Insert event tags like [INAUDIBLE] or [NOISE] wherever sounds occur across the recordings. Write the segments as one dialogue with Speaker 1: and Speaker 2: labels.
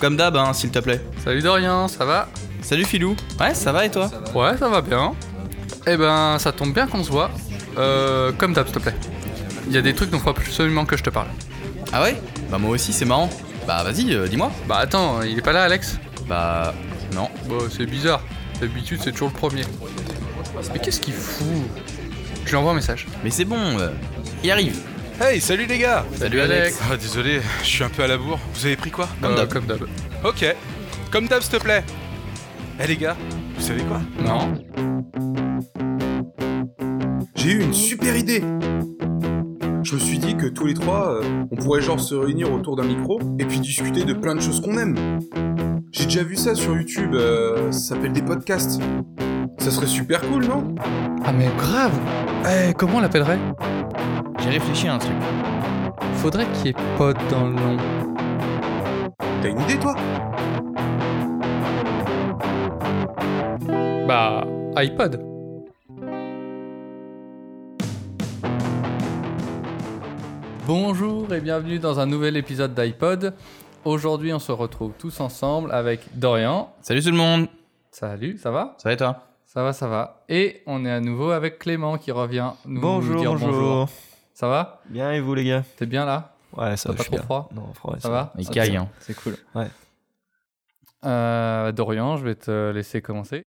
Speaker 1: Comme d'hab, hein, s'il te plaît.
Speaker 2: Salut Dorian, ça va
Speaker 1: Salut Filou. Ouais, ça va et toi
Speaker 2: Ouais, ça va bien. Eh ben, ça tombe bien qu'on se voit. Euh, comme d'hab, s'il te plaît. Il y a des trucs dont faut absolument que je te parle.
Speaker 1: Ah ouais Bah moi aussi, c'est marrant. Bah vas-y, euh, dis-moi.
Speaker 2: Bah attends, il est pas là, Alex
Speaker 1: Bah non.
Speaker 2: Bah, c'est bizarre. D'habitude, c'est toujours le premier. Mais qu'est-ce qu'il fout Je lui envoie un message.
Speaker 1: Mais c'est bon, euh, il arrive.
Speaker 3: Hey, salut les gars
Speaker 2: Salut, Alex.
Speaker 3: Ah, désolé, je suis un peu à la bourre. Vous avez pris quoi
Speaker 1: Comme
Speaker 2: Euh,
Speaker 1: d'hab.
Speaker 2: Comme d'hab.
Speaker 3: Ok. Comme d'hab, s'il te plaît. Eh les gars, vous savez quoi
Speaker 2: Non.
Speaker 4: J'ai eu une super idée Je me suis dit que tous les trois, euh, on pourrait genre se réunir autour d'un micro et puis discuter de plein de choses qu'on aime. J'ai déjà vu ça sur YouTube, euh, ça s'appelle des podcasts. Ça serait super cool, non
Speaker 2: Ah, mais grave Eh, comment on l'appellerait
Speaker 1: J'ai réfléchi à un truc.
Speaker 2: Faudrait qu'il y ait pote dans le nom.
Speaker 4: T'as une idée, toi
Speaker 2: Bah, iPod. Bonjour et bienvenue dans un nouvel épisode d'iPod. Aujourd'hui, on se retrouve tous ensemble avec Dorian.
Speaker 1: Salut tout le monde.
Speaker 2: Salut, ça va
Speaker 1: Ça va et toi
Speaker 2: Ça va, ça va. Et on est à nouveau avec Clément qui revient nous
Speaker 5: Bonjour,
Speaker 2: dire
Speaker 5: bonjour.
Speaker 2: Ça va
Speaker 5: Bien et vous les gars
Speaker 2: T'es bien là
Speaker 5: Ouais, ça
Speaker 2: T'as
Speaker 5: va,
Speaker 2: pas
Speaker 5: je suis
Speaker 2: trop
Speaker 5: bien.
Speaker 2: froid
Speaker 5: Non, froid,
Speaker 2: Ça va
Speaker 1: Il caille, hein.
Speaker 5: C'est cool.
Speaker 2: Euh, Dorian, je vais te laisser commencer.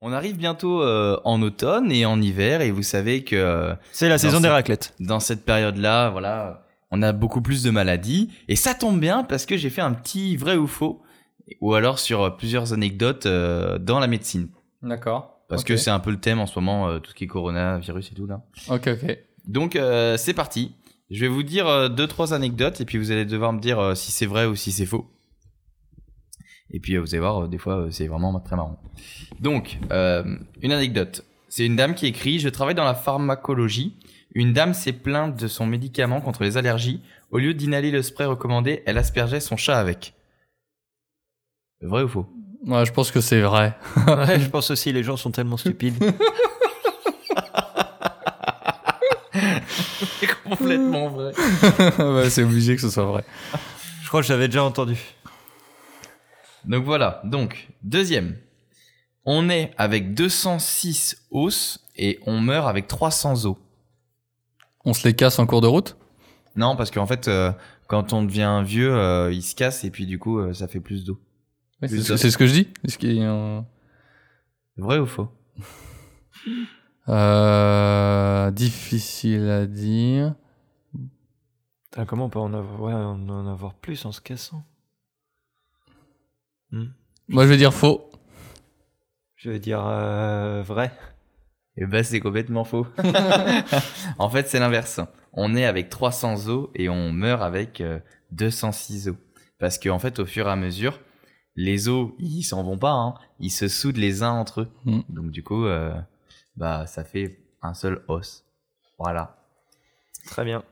Speaker 1: On arrive bientôt euh, en automne et en hiver et vous savez que euh,
Speaker 5: C'est la saison
Speaker 1: c'est-
Speaker 5: des raclettes.
Speaker 1: dans cette période-là, voilà, on a beaucoup plus de maladies et ça tombe bien parce que j'ai fait un petit vrai ou faux ou alors sur euh, plusieurs anecdotes euh, dans la médecine
Speaker 2: D'accord.
Speaker 1: parce
Speaker 2: Ok.
Speaker 1: que c'est un peu le thème en ce moment euh, tout ce qui est coronavirus et tout là.
Speaker 2: Ok, ok.
Speaker 1: Donc euh, c'est parti. Je vais vous dire euh, deux trois anecdotes et puis vous allez devoir me dire euh, si c'est vrai ou si c'est faux. Et puis euh, vous allez voir, euh, des fois euh, c'est vraiment très marrant. Donc euh, une anecdote. C'est une dame qui écrit Je travaille dans la pharmacologie. Une dame s'est plainte de son médicament contre les allergies. Au lieu d'inhaler le spray recommandé, elle aspergeait son chat avec. Vrai ou faux
Speaker 2: Ouais, je pense que c'est vrai.
Speaker 5: Ouais, [LAUGHS] je pense aussi, les gens sont tellement stupides.
Speaker 1: Complètement vrai.
Speaker 2: Bah, c'est obligé que ce soit vrai.
Speaker 5: [LAUGHS] je crois que j'avais déjà entendu.
Speaker 1: Donc voilà, donc, deuxième. On est avec 206 os et on meurt avec 300 os.
Speaker 2: On se les casse en cours de route
Speaker 1: Non, parce qu'en fait, euh, quand on devient vieux, euh, il se casse et puis du coup, euh, ça fait plus d'os.
Speaker 2: Oui, c'est
Speaker 1: Plus
Speaker 2: ce,
Speaker 1: d'os.
Speaker 2: c'est ce que je dis. Est-ce qu'il y a un-
Speaker 1: Vrai ou faux
Speaker 2: Euh, difficile à dire.
Speaker 5: Putain, comment on peut en avoir, ouais, en, en avoir plus en se cassant
Speaker 2: Moi, je vais dire faux. [LAUGHS]
Speaker 5: Je vais dire euh, vrai.
Speaker 1: Eh ben, c'est complètement faux. [LAUGHS] en fait, c'est l'inverse. On est avec 300 os et on meurt avec euh, 206 os. Parce qu'en fait, au fur et à mesure, les os, ils s'en vont pas. hein. Ils se soudent les uns entre eux.
Speaker 2: Mm.
Speaker 1: Donc du coup, euh, bah, ça fait un seul os. Voilà.
Speaker 5: Très bien.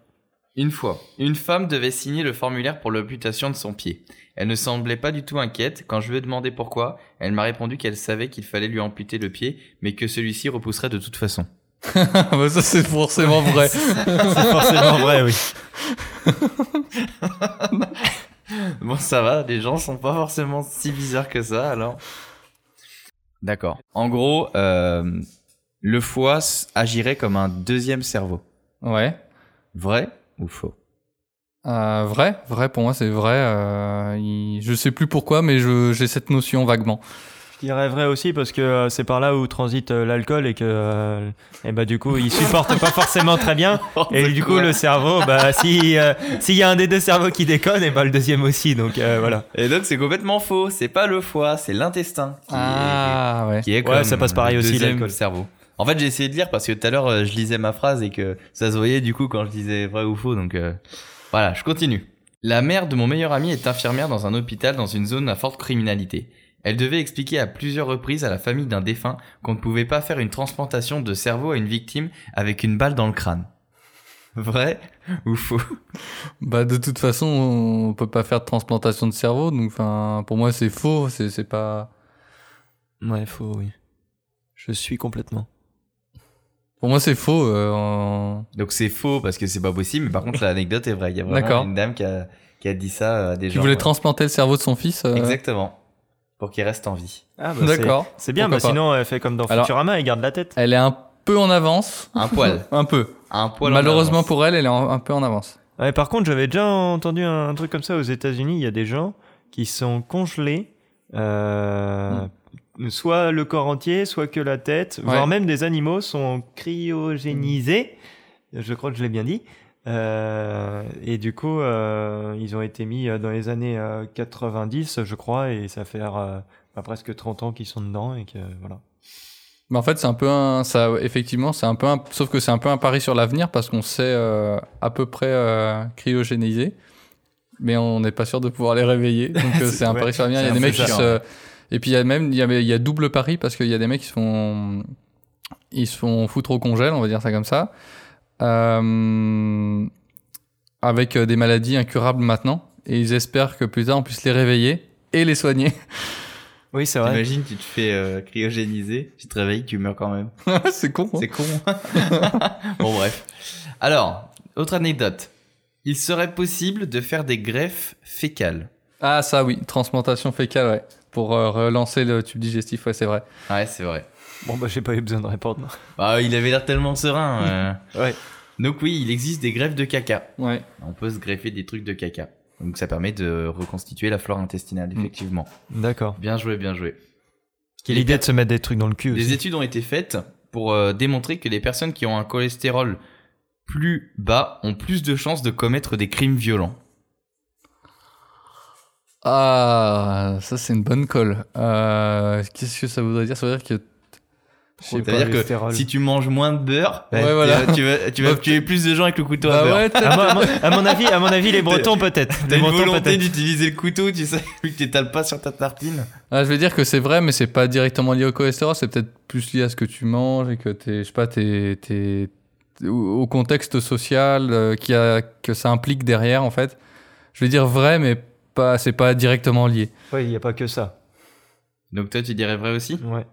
Speaker 1: Une fois, une femme devait signer le formulaire pour l'amputation de son pied. Elle ne semblait pas du tout inquiète. Quand je lui ai demandé pourquoi, elle m'a répondu qu'elle savait qu'il fallait lui amputer le pied, mais que celui-ci repousserait de toute façon.
Speaker 2: Ah, bah, ça, c'est
Speaker 1: [LAUGHS]
Speaker 2: forcément vrai.
Speaker 5: [LAUGHS] C'est forcément vrai, oui.
Speaker 1: Bon, ça va, les gens sont pas forcément si bizarres que ça, alors. D'accord. En gros, euh, le foie s- agirait comme un deuxième cerveau.
Speaker 2: ouais.
Speaker 1: Vrai ou [LAUGHS] faux
Speaker 2: Euh, vrai, vrai, pour moi, c'est vrai. Euh, il- Je sais plus pourquoi, mais je- j'ai cette notion vaguement.
Speaker 5: Je dirais vrai aussi parce que euh, c'est par là où transite euh, l'alcool et que euh, et bah, du coup, il supporte pas forcément très bien.
Speaker 1: Oh,
Speaker 5: Et du coup, le cerveau, bah, si, euh, s'il y a un des deux cerveaux qui déconne, et bah, le deuxième aussi. Donc euh, voilà.
Speaker 1: Et donc, c'est complètement faux. C'est pas le foie, c'est l'intestin. qui est-
Speaker 2: Ah, ouais.
Speaker 1: qui est
Speaker 5: Ouais,
Speaker 1: comme
Speaker 5: ça passe pareil
Speaker 1: le
Speaker 5: aussi,
Speaker 1: deuxième
Speaker 5: l'alcool.
Speaker 1: cerveau. En fait, j'ai essayé de lire parce que tout à l'heure, euh, je lisais ma phrase et que ça se voyait du coup quand je disais vrai ou faux. Donc euh, voilà, je continue. La mère de mon meilleur ami est infirmière dans un hôpital dans une zone à forte criminalité. Elle devait expliquer à plusieurs reprises à la famille d'un défunt qu'on ne pouvait pas faire une transplantation de cerveau à une victime avec une balle dans le crâne. [LAUGHS] Vrai ou faux
Speaker 2: Bah, de toute façon, on peut pas faire de transplantation de cerveau. Donc, enfin, pour moi, c'est faux. C'est c'est pas.
Speaker 5: Ouais, faux, oui. Je suis complètement.
Speaker 2: Pour moi, c'est faux. euh, en-
Speaker 5: [LAUGHS]
Speaker 1: Donc c'est faux parce que c'est pas possible, mais par contre l'anecdote est vraie. Il y a
Speaker 2: D'accord.
Speaker 1: vraiment une dame qui a, qui qui a dit ça à des
Speaker 2: Qui
Speaker 1: gens.
Speaker 2: voulait
Speaker 1: ouais.
Speaker 2: transplanter le cerveau de son fils. euh,
Speaker 1: Exactement. Pour qu'il reste en vie.
Speaker 5: Ah, bah,
Speaker 2: [LAUGHS]
Speaker 5: c'est-
Speaker 2: D'accord.
Speaker 5: C'est bien, bah,
Speaker 2: Pourquoi pas.
Speaker 5: sinon elle fait comme dans
Speaker 2: Alors-
Speaker 5: Futurama, elle garde la tête.
Speaker 2: Elle est un peu en avance.
Speaker 1: [LAUGHS] Un poil.
Speaker 2: Un peu.
Speaker 1: Un poil en
Speaker 2: Malheureusement
Speaker 1: avance.
Speaker 2: pour elle, elle est en- un peu en avance.
Speaker 5: Ouais, Ah, par contre, j'avais déjà entendu un truc comme ça aux États-Unis. Il y a des gens qui sont congelés, euh, soit le corps entier, soit que la tête, voire
Speaker 2: Ouais.
Speaker 5: même des animaux sont cryogénisés. Je crois que je l'ai bien dit. Euh, et du coup, euh, ils ont été mis euh, dans les années euh, 90, je crois, et ça fait euh, bah, presque 30 ans qu'ils sont dedans et que voilà.
Speaker 2: Mais en fait, c'est un peu un. Ça, effectivement, c'est un peu un. Sauf que c'est un peu un pari sur l'avenir parce qu'on sait euh, à peu près euh, cryogéniser, mais on n'est pas sûr de pouvoir les réveiller. Donc euh, c'est un
Speaker 5: Ouais,
Speaker 2: pari sur l'avenir. Il y
Speaker 1: [LAUGHS] c'est
Speaker 2: a des
Speaker 1: un peu
Speaker 2: mecs qui
Speaker 1: chiant,
Speaker 2: se. Et puis il y a même. Il y a, il y a double pari parce qu'il y a des mecs qui se font. Ils se font foutre au congèle, on va dire ça comme ça. Euh, avec euh, des maladies incurables maintenant. Et ils espèrent que plus tard on puisse les réveiller et les soigner. [LAUGHS]
Speaker 5: Oui, c'est vrai.
Speaker 1: T'imagines, tu te fais euh, cryogéniser, tu te réveilles, tu meurs quand même.
Speaker 2: c'est con. hein.
Speaker 1: C'est [LAUGHS] con. bon, bref. Alors, autre anecdote. Il serait possible de faire des greffes fécales.
Speaker 2: Ah ça oui, transplantation fécale, ouais. Pour euh, relancer le tube digestif, ouais, c'est vrai.
Speaker 1: Ouais, c'est vrai.
Speaker 5: Bon, bah, j'ai pas eu besoin de répondre.
Speaker 1: Bah, il avait l'air tellement serein. euh. [LAUGHS]
Speaker 5: Ouais.
Speaker 1: Donc oui, il existe des greffes de caca.
Speaker 2: Ouais.
Speaker 1: On peut se greffer des trucs de caca. Donc ça permet de reconstituer la flore intestinale,
Speaker 2: Mm.
Speaker 1: effectivement.
Speaker 5: D'accord.
Speaker 1: Bien joué, bien joué.
Speaker 5: L'idée de se mettre des trucs dans le cul.
Speaker 1: Des
Speaker 5: aussi.
Speaker 1: études ont été faites pour euh, démontrer que les personnes qui ont un cholestérol plus bas ont plus de chances de commettre des crimes violents.
Speaker 2: Ah, ça c'est une bonne colle. Euh, Qu'est-ce que ça voudrait dire Ça veut dire que... Je sais
Speaker 5: Pour le
Speaker 1: Ça
Speaker 2: pas.
Speaker 1: veut dire que
Speaker 5: cholestérol.
Speaker 1: si tu manges moins de beurre,
Speaker 2: Ouais,
Speaker 1: t'es- euh,
Speaker 2: voilà.
Speaker 1: tu vas, tu vas
Speaker 2: Bah,
Speaker 1: tuer plus de gens avec le couteau à
Speaker 2: Bah
Speaker 1: beurre.
Speaker 2: ouais, peut-être.
Speaker 5: À mon, à mon- à mon avis, à mon avis, les Bretons peut-être.
Speaker 1: T'as
Speaker 5: Les
Speaker 1: une
Speaker 5: Bretons
Speaker 1: volonté
Speaker 5: peut-être.
Speaker 1: d'utiliser le couteau, tu sais, [LAUGHS] vu que t'étales pas sur ta tartine.
Speaker 2: Ah, je vais dire que c'est vrai, mais c'est pas directement lié au cholestérol, c'est peut-être plus lié à ce que tu manges et que t'es, je sais pas, t'es, t'es- t'es- au au contexte social euh, qu'il y a, que ça implique derrière en fait. Je vais dire vrai, mais pas, c'est pas directement lié.
Speaker 5: Ouais, il n'y a pas que ça.
Speaker 1: Donc toi, tu dirais vrai aussi
Speaker 5: Ouais.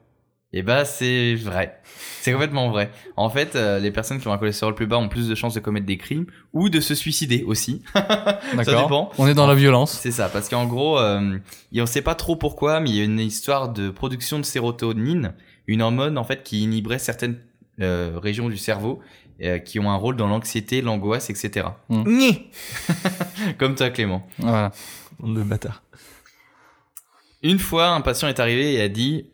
Speaker 1: Eh bah, c'est vrai. C'est complètement vrai. En fait, euh, les personnes qui ont un cholestérol plus bas ont plus de chances de commettre des crimes ou de se suicider aussi.
Speaker 2: D'accord.
Speaker 1: dépend.
Speaker 2: On est dans la violence.
Speaker 1: C'est ça, parce qu'en gros, euh, et on sait pas trop pourquoi, mais il y a une histoire de production de sérotonine, une hormone en fait qui inhiberait certaines euh, régions du cerveau euh, qui ont un rôle dans l'anxiété, l'angoisse, etc.
Speaker 2: Mm.
Speaker 1: Comme toi, Clément.
Speaker 2: Voilà.
Speaker 5: De bâtard.
Speaker 1: Une fois, un patient est arrivé et a dit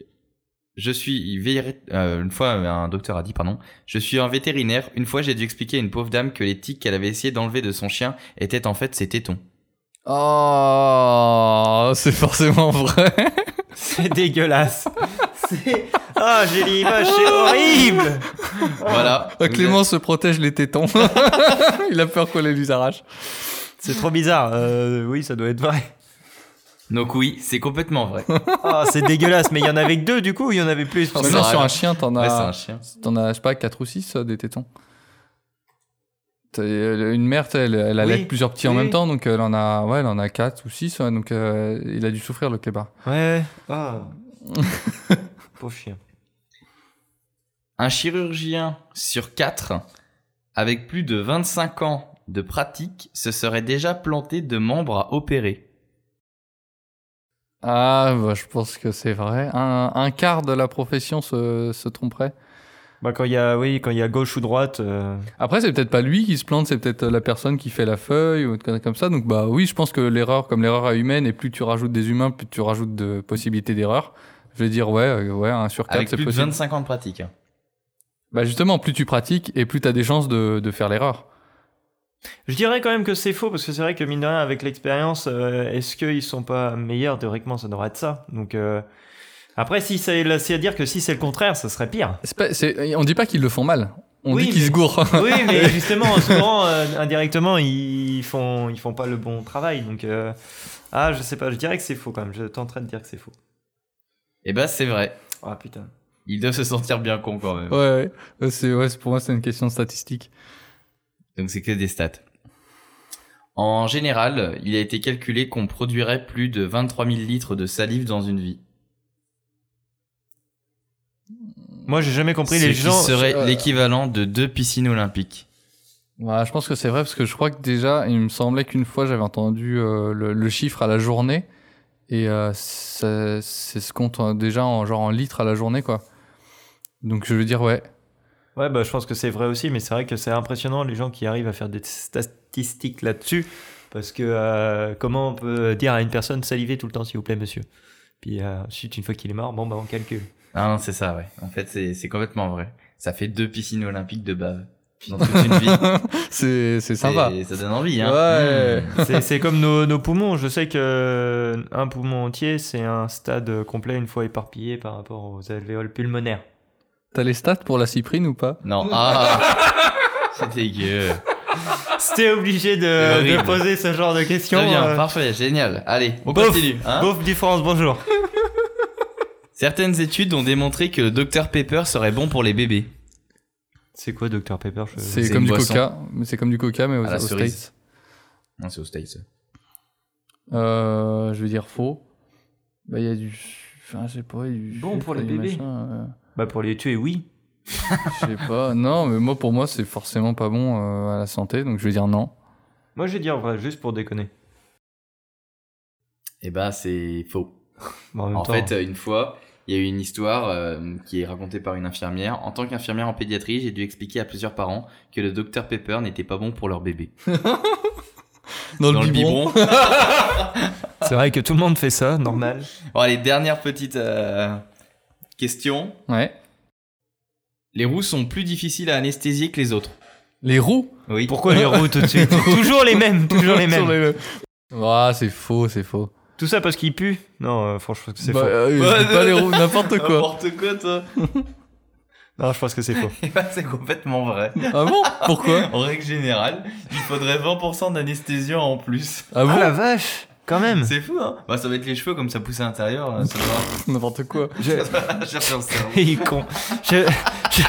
Speaker 1: je suis véri- euh, une fois un docteur a dit pardon je suis un vétérinaire une fois j'ai dû expliquer à une pauvre dame que les tiques qu'elle avait essayé d'enlever de son chien étaient en fait ses tétons
Speaker 2: Oh, c'est forcément [LAUGHS] vrai.
Speaker 5: [LAUGHS] C'est dégueulasse. [LAUGHS] C'est. Ah, j'ai l'image, c'est horrible.
Speaker 1: voilà
Speaker 2: Euh, Clément se protège les [LAUGHS] tétons. Il a peur qu'on les lui arrache.
Speaker 5: C'est trop bizarre. Euh, oui, ça doit être vrai.
Speaker 1: donc oui c'est complètement vrai
Speaker 5: Ah, c'est dégueulasse. Mais il y en avait que deux du coup. ou Il y en avait plus.
Speaker 1: Mais
Speaker 2: Non,
Speaker 1: non, c'est
Speaker 2: sur
Speaker 1: vrai.
Speaker 2: un chien, t'en
Speaker 1: Ouais, c'est
Speaker 2: as,
Speaker 1: un chien
Speaker 2: t'en as, je sais pas, 4 ou 6 des tétons. T'as- euh, Une mère, t'as- elle, elle allait
Speaker 5: Oui.
Speaker 2: plusieurs petits en
Speaker 5: Oui,
Speaker 2: même
Speaker 5: oui.
Speaker 2: temps, donc elle en a, ouais, elle en a 4 ou 6, donc euh, il a dû souffrir le clébard.
Speaker 5: Ouais. Ah. [LAUGHS] Pauvre chien.
Speaker 1: Un chirurgien sur 4, avec plus de 25 ans de pratique, se serait déjà planté de membres à opérer.
Speaker 2: Ah, bah, je pense que c'est vrai. Un, un quart de la profession se, se tromperait.
Speaker 5: Bah quand il y a, oui, quand il y a gauche ou droite. euh,
Speaker 2: Après, c'est peut-être pas lui qui se plante, c'est peut-être la personne qui fait la feuille ou une connerie comme ça. Donc, bah oui, je pense que l'erreur, comme l'erreur est humaine, et plus tu rajoutes des humains, plus tu rajoutes de possibilités d'erreur. Je vais dire, ouais, euh, ouais, un sur 4,
Speaker 1: Avec
Speaker 2: c'est
Speaker 1: plus de
Speaker 2: possible.
Speaker 1: 25 ans de pratique. hein.
Speaker 2: Bah justement, plus tu pratiques et plus t'as des chances de, de faire l'erreur.
Speaker 5: Je dirais quand même que c'est faux parce que c'est vrai que mine de rien, avec l'expérience, euh, est-ce qu'ils sont pas meilleurs théoriquement Ça devrait être ça. Donc euh, après, si c'est là, c'est à dire que si c'est le contraire, ça serait pire.
Speaker 2: C'est pas- c'est- on dit pas qu'ils le font mal, on
Speaker 5: Oui,
Speaker 2: dit qu'ils
Speaker 5: mais-
Speaker 1: [LAUGHS]
Speaker 2: se gourrent.
Speaker 5: [LAUGHS] Oui, mais justement, souvent, euh, indirectement, ils font, ils font pas le bon travail. Donc, euh, ah, je sais pas, je dirais que c'est faux quand même. Je tenterai de dire que c'est faux.
Speaker 1: Eh ben, c'est vrai.
Speaker 5: Ah putain.
Speaker 1: Il doit se sentir bien con quand même.
Speaker 2: ouais, ouais. Euh, c'est ouais, c'est- pour moi c'est une question de statistique.
Speaker 1: Donc, c'est que des stats. En général, il a été calculé qu'on produirait plus de 23 000 litres de salive dans une vie.
Speaker 5: Moi, j'ai jamais compris
Speaker 1: ce
Speaker 5: les
Speaker 1: qui
Speaker 5: gens.
Speaker 1: serait
Speaker 2: euh,
Speaker 1: l'équivalent de deux piscines olympiques.
Speaker 2: Ouais, Bah, je pense que c'est vrai parce que je crois que déjà, il me semblait qu'une fois j'avais entendu euh, le, le chiffre à la journée et euh, ça- c'est ce compte euh, déjà en genre en litres à la journée quoi. Donc je veux dire ouais. [LAUGHS]
Speaker 5: Ouais, bah, je pense que c'est vrai aussi, mais c'est vrai que c'est impressionnant les gens qui arrivent à faire des statistiques là-dessus. Parce que euh, comment on peut dire à une personne salivez tout le temps, s'il vous plaît, monsieur Puis euh, ensuite, une fois qu'il est mort, bon, bah, on calcule.
Speaker 1: Ah non, c'est ça, ouais. En fait, c'est c'est complètement vrai. Ça fait deux piscines olympiques de bave dans toute une vie.
Speaker 2: c'est c'est sympa.
Speaker 1: C'est- Ça donne envie, hein.
Speaker 2: Ouais.
Speaker 1: Mmh.
Speaker 5: C'est c'est comme nos, nos poumons. Je sais que euh, un poumon entier, c'est un stade complet une fois éparpillé par rapport aux alvéoles pulmonaires.
Speaker 2: T'as les stats pour la cyprine ou pas
Speaker 1: Non, ah
Speaker 2: [LAUGHS]
Speaker 1: C'est dégueu.
Speaker 5: C'était obligé de,
Speaker 1: C'est horrible.
Speaker 5: de poser ce genre de questions.
Speaker 1: Très bien,
Speaker 5: euh.
Speaker 1: parfait, génial. Allez, on
Speaker 5: Bof,
Speaker 1: continue. hein.
Speaker 5: Beauf du France, bonjour.
Speaker 1: Certaines études ont démontré que le Dr Pepper serait bon pour les bébés.
Speaker 5: C'est quoi, Dr Pepper je-
Speaker 2: C'est
Speaker 1: Euh, c'est
Speaker 2: comme
Speaker 1: une
Speaker 2: du
Speaker 1: boisson.
Speaker 2: coca, mais c'est comme du coca mais aux,
Speaker 1: À la
Speaker 2: aux
Speaker 1: cerise.
Speaker 2: States.
Speaker 1: Non, c'est au States. ça.
Speaker 2: Euh, je vais dire faux. Bah il y a du enfin je sais pas, il y a du
Speaker 5: Bon
Speaker 2: chiffre,
Speaker 5: pour les
Speaker 2: il y a du
Speaker 5: bébés.
Speaker 2: machin, euh,
Speaker 5: Bah pour les tuer, oui.
Speaker 2: je sais pas. Non, mais moi pour moi c'est forcément pas bon euh, à la santé donc je vais dire non.
Speaker 5: Moi, je vais dire vrai, juste pour déconner.
Speaker 1: Eh ben, c'est faux.
Speaker 5: Bon, en même
Speaker 1: En
Speaker 5: temps,
Speaker 1: fait, euh, une fois, il y a eu une histoire euh, qui est racontée par une infirmière. En tant qu'infirmière en pédiatrie, j'ai dû expliquer à plusieurs parents que le Dr Pepper n'était pas bon pour leur bébé.
Speaker 2: Dans, le biberon. [LAUGHS]
Speaker 5: c'est vrai que tout le monde fait ça, [LAUGHS] normal.
Speaker 1: Bon, allez, dernière petite euh, question.
Speaker 2: Ouais.
Speaker 1: Les roues sont plus difficiles à anesthésier que les autres.
Speaker 2: Les roues
Speaker 1: Oui.
Speaker 5: Pourquoi les roues tout de suite [LAUGHS] Toujours les mêmes, [LAUGHS] toujours
Speaker 1: [LAUGHS]
Speaker 5: les mêmes.
Speaker 2: Sur les- Ah, c'est faux, c'est faux.
Speaker 5: Tout ça parce qu'ils puent Non, euh, franchement, c'est
Speaker 2: Bah,
Speaker 5: faux.
Speaker 2: euh, je
Speaker 1: Ouais,
Speaker 2: dis pas
Speaker 1: non.
Speaker 2: les roues, n'importe [LAUGHS] quoi.
Speaker 1: N'importe quoi, toi.
Speaker 5: Non, je pense que c'est faux.
Speaker 1: [LAUGHS] Eh ben, c'est complètement vrai.
Speaker 2: Ah bon Pourquoi
Speaker 1: En règle générale, il faudrait 20% d'anesthésiant en plus.
Speaker 2: Ah
Speaker 5: Ah la
Speaker 2: bon
Speaker 5: vache Quand
Speaker 2: Hmm.
Speaker 5: même
Speaker 1: C'est fou, hein Bah, ça va être les cheveux comme ça pousse à l'intérieur. euh, Ça va
Speaker 2: N'importe quoi.
Speaker 1: [LAUGHS] chercher un cerveau.
Speaker 5: [LAUGHS] Il est con. Je- je-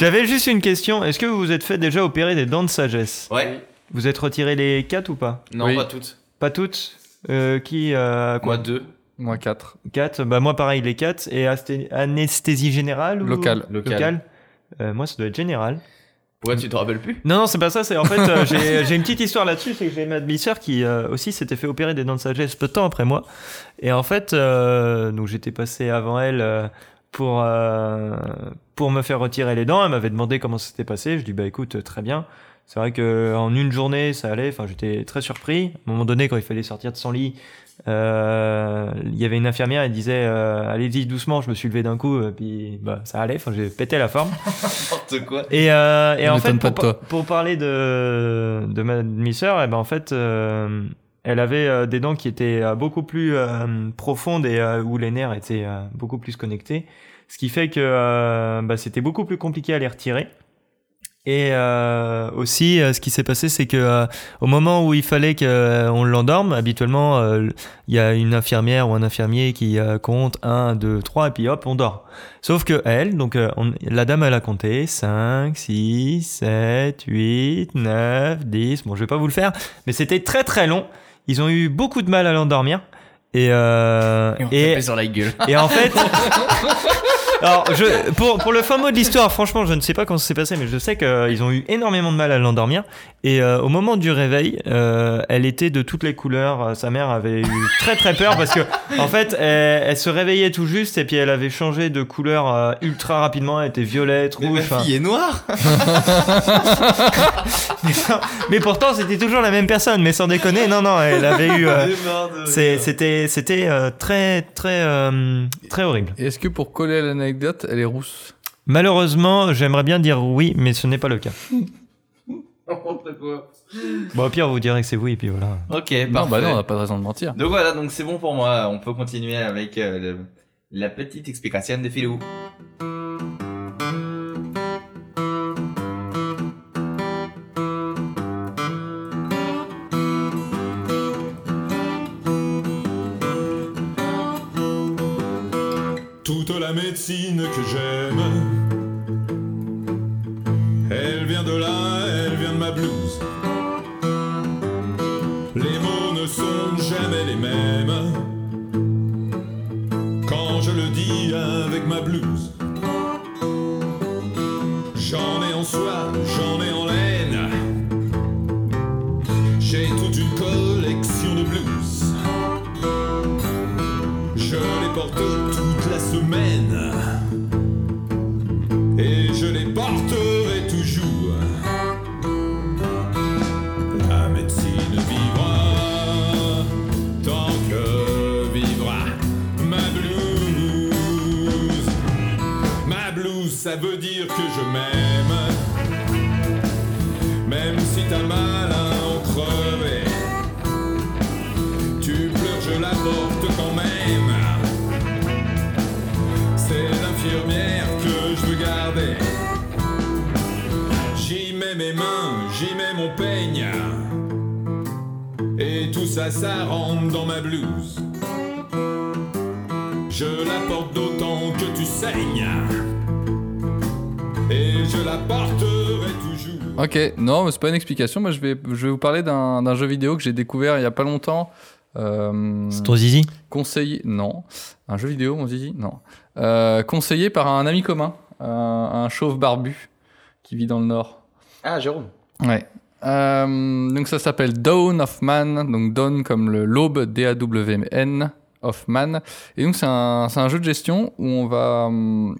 Speaker 5: J'avais juste une question. Est-ce que vous vous êtes fait déjà opérer des dents de sagesse
Speaker 1: Ouais.
Speaker 5: Vous êtes retiré les quatre ou pas
Speaker 1: Non,
Speaker 2: Oui.
Speaker 1: pas toutes.
Speaker 5: Pas toutes Euh, Qui euh,
Speaker 1: Moi,
Speaker 5: Quoi
Speaker 1: deux.
Speaker 2: Moi 4.
Speaker 5: Quatre Bah moi pareil, les quatre. Et asté- anesthésie générale ou...
Speaker 2: Local.
Speaker 1: Local.
Speaker 5: Locale Euh, Moi ça doit être général.
Speaker 1: Pourquoi tu te rappelles plus
Speaker 5: Non, non, c'est pas ça. C'est en fait, euh, j'ai j'ai une petite histoire là-dessus. C'est que j'ai ma demi-sœur qui euh, aussi s'était fait opérer des dents de sagesse peu de temps après moi. Et en fait, euh, donc j'étais passé avant elle euh, pour euh, pour me faire retirer les dents. Elle m'avait demandé comment ça s'était passé. Je dis bah écoute, euh, très bien. C'est vrai que en une journée, ça allait. Enfin, j'étais très surpris. À un moment donné, quand il fallait sortir de son lit, euh, il y avait une infirmière. Elle disait euh, allez-y doucement. Je me suis levé d'un coup, euh, puis bah ça allait. Enfin, j'ai pété la forme.
Speaker 1: N'importe quoi.
Speaker 5: Et, euh, et
Speaker 2: Ne
Speaker 5: en fait,
Speaker 2: m'étonne pas
Speaker 5: pour,
Speaker 2: de
Speaker 5: par-
Speaker 2: toi.
Speaker 5: pour parler de, de ma demi-sœur, eh ben en fait, euh, elle avait euh, des dents qui étaient euh, beaucoup plus euh, profondes et euh, où les nerfs étaient euh, beaucoup plus connectés, ce qui fait que euh, bah, c'était beaucoup plus compliqué à les retirer. Et euh, aussi, euh, ce qui s'est passé, c'est que euh, au moment où il fallait qu'on l'endorme, habituellement, euh, il y a une infirmière ou un infirmier qui euh, compte 1, 2, 3, et puis hop, on dort. Sauf que elle, donc euh, on- la dame elle a compté 5, 6, 7, 8, 9, 10. Bon, je vais pas vous le faire, mais c'était très très long. Ils ont eu beaucoup de mal à l'endormir. Et, euh,
Speaker 1: Et on
Speaker 5: et,
Speaker 1: tapait sur la gueule.
Speaker 5: et
Speaker 1: [LAUGHS]
Speaker 5: en fait. Alors, je, pour, pour le fin mot de l'histoire, franchement, je ne sais pas comment ça s'est passé, mais je sais qu'ils ont eu énormément de mal à l'endormir. Et euh, au moment du réveil, euh, elle était de toutes les couleurs. Euh, Sa mère avait eu très très peur parce que, en fait, elle, elle se réveillait tout juste et puis elle avait changé de couleur euh, ultra rapidement. Elle était violette,
Speaker 1: Mais
Speaker 5: rouge.
Speaker 2: hein.
Speaker 1: ma
Speaker 5: enfin.
Speaker 1: fille est noire.
Speaker 5: [LAUGHS] Mais pourtant, c'était toujours la même personne. Mais sans déconner, non, non, elle avait eu. euh, c'est- c'était c'était euh, très très euh, très horrible.
Speaker 2: Est-ce que pour coller à l'anecdote, elle est rousse
Speaker 5: Malheureusement, j'aimerais bien dire oui, mais ce n'est pas le cas. Bon, au pire, vous direz que c'est oui, et puis voilà.
Speaker 1: Ok,
Speaker 2: Non,
Speaker 1: parfait.
Speaker 2: bah non, on n'a pas de raison de mentir.
Speaker 1: Donc voilà, donc c'est bon pour moi. On peut continuer avec euh, le- la petite explication de Philou.
Speaker 6: Toute la médecine que j'aime, elle vient de là, elle vient de ma blouse. Les mots ne sont jamais les mêmes quand je le dis avec ma blouse. J'en ai en soie, j'en ai en laine, porte toute la semaine. Et je les porterai toujours. La médecine vivra tant que vivra ma blouse. Ma blouse, ça veut dire que je m'aime. Même si t'as mal à en crever, tu pleures, je la porte quand même. C'est l'infirmière que je veux garder. J'y mets mes mains, j'y mets mon peigne. Et tout ça, ça rentre dans ma blouse. Je la porte d'autant que tu saignes. Et je la porterai toujours.
Speaker 2: Ok, non, mais c'est pas une explication. Moi, je vais, je vais vous parler d'un d'un jeu vidéo que j'ai découvert il y a pas longtemps. Euh,
Speaker 5: C'est ton zizi
Speaker 2: conseillé, non. Un jeu vidéo, mon zizi, non. Euh, conseillé par un ami commun, euh, un chauve barbu qui vit dans le Nord.
Speaker 1: Ah, Jérôme.
Speaker 2: Ouais. Euh, donc ça s'appelle Dawn of Man, donc Dawn comme le l'aube, D-A-W-N, of Man. Et donc c'est un, c'est un jeu de gestion où on va, hum,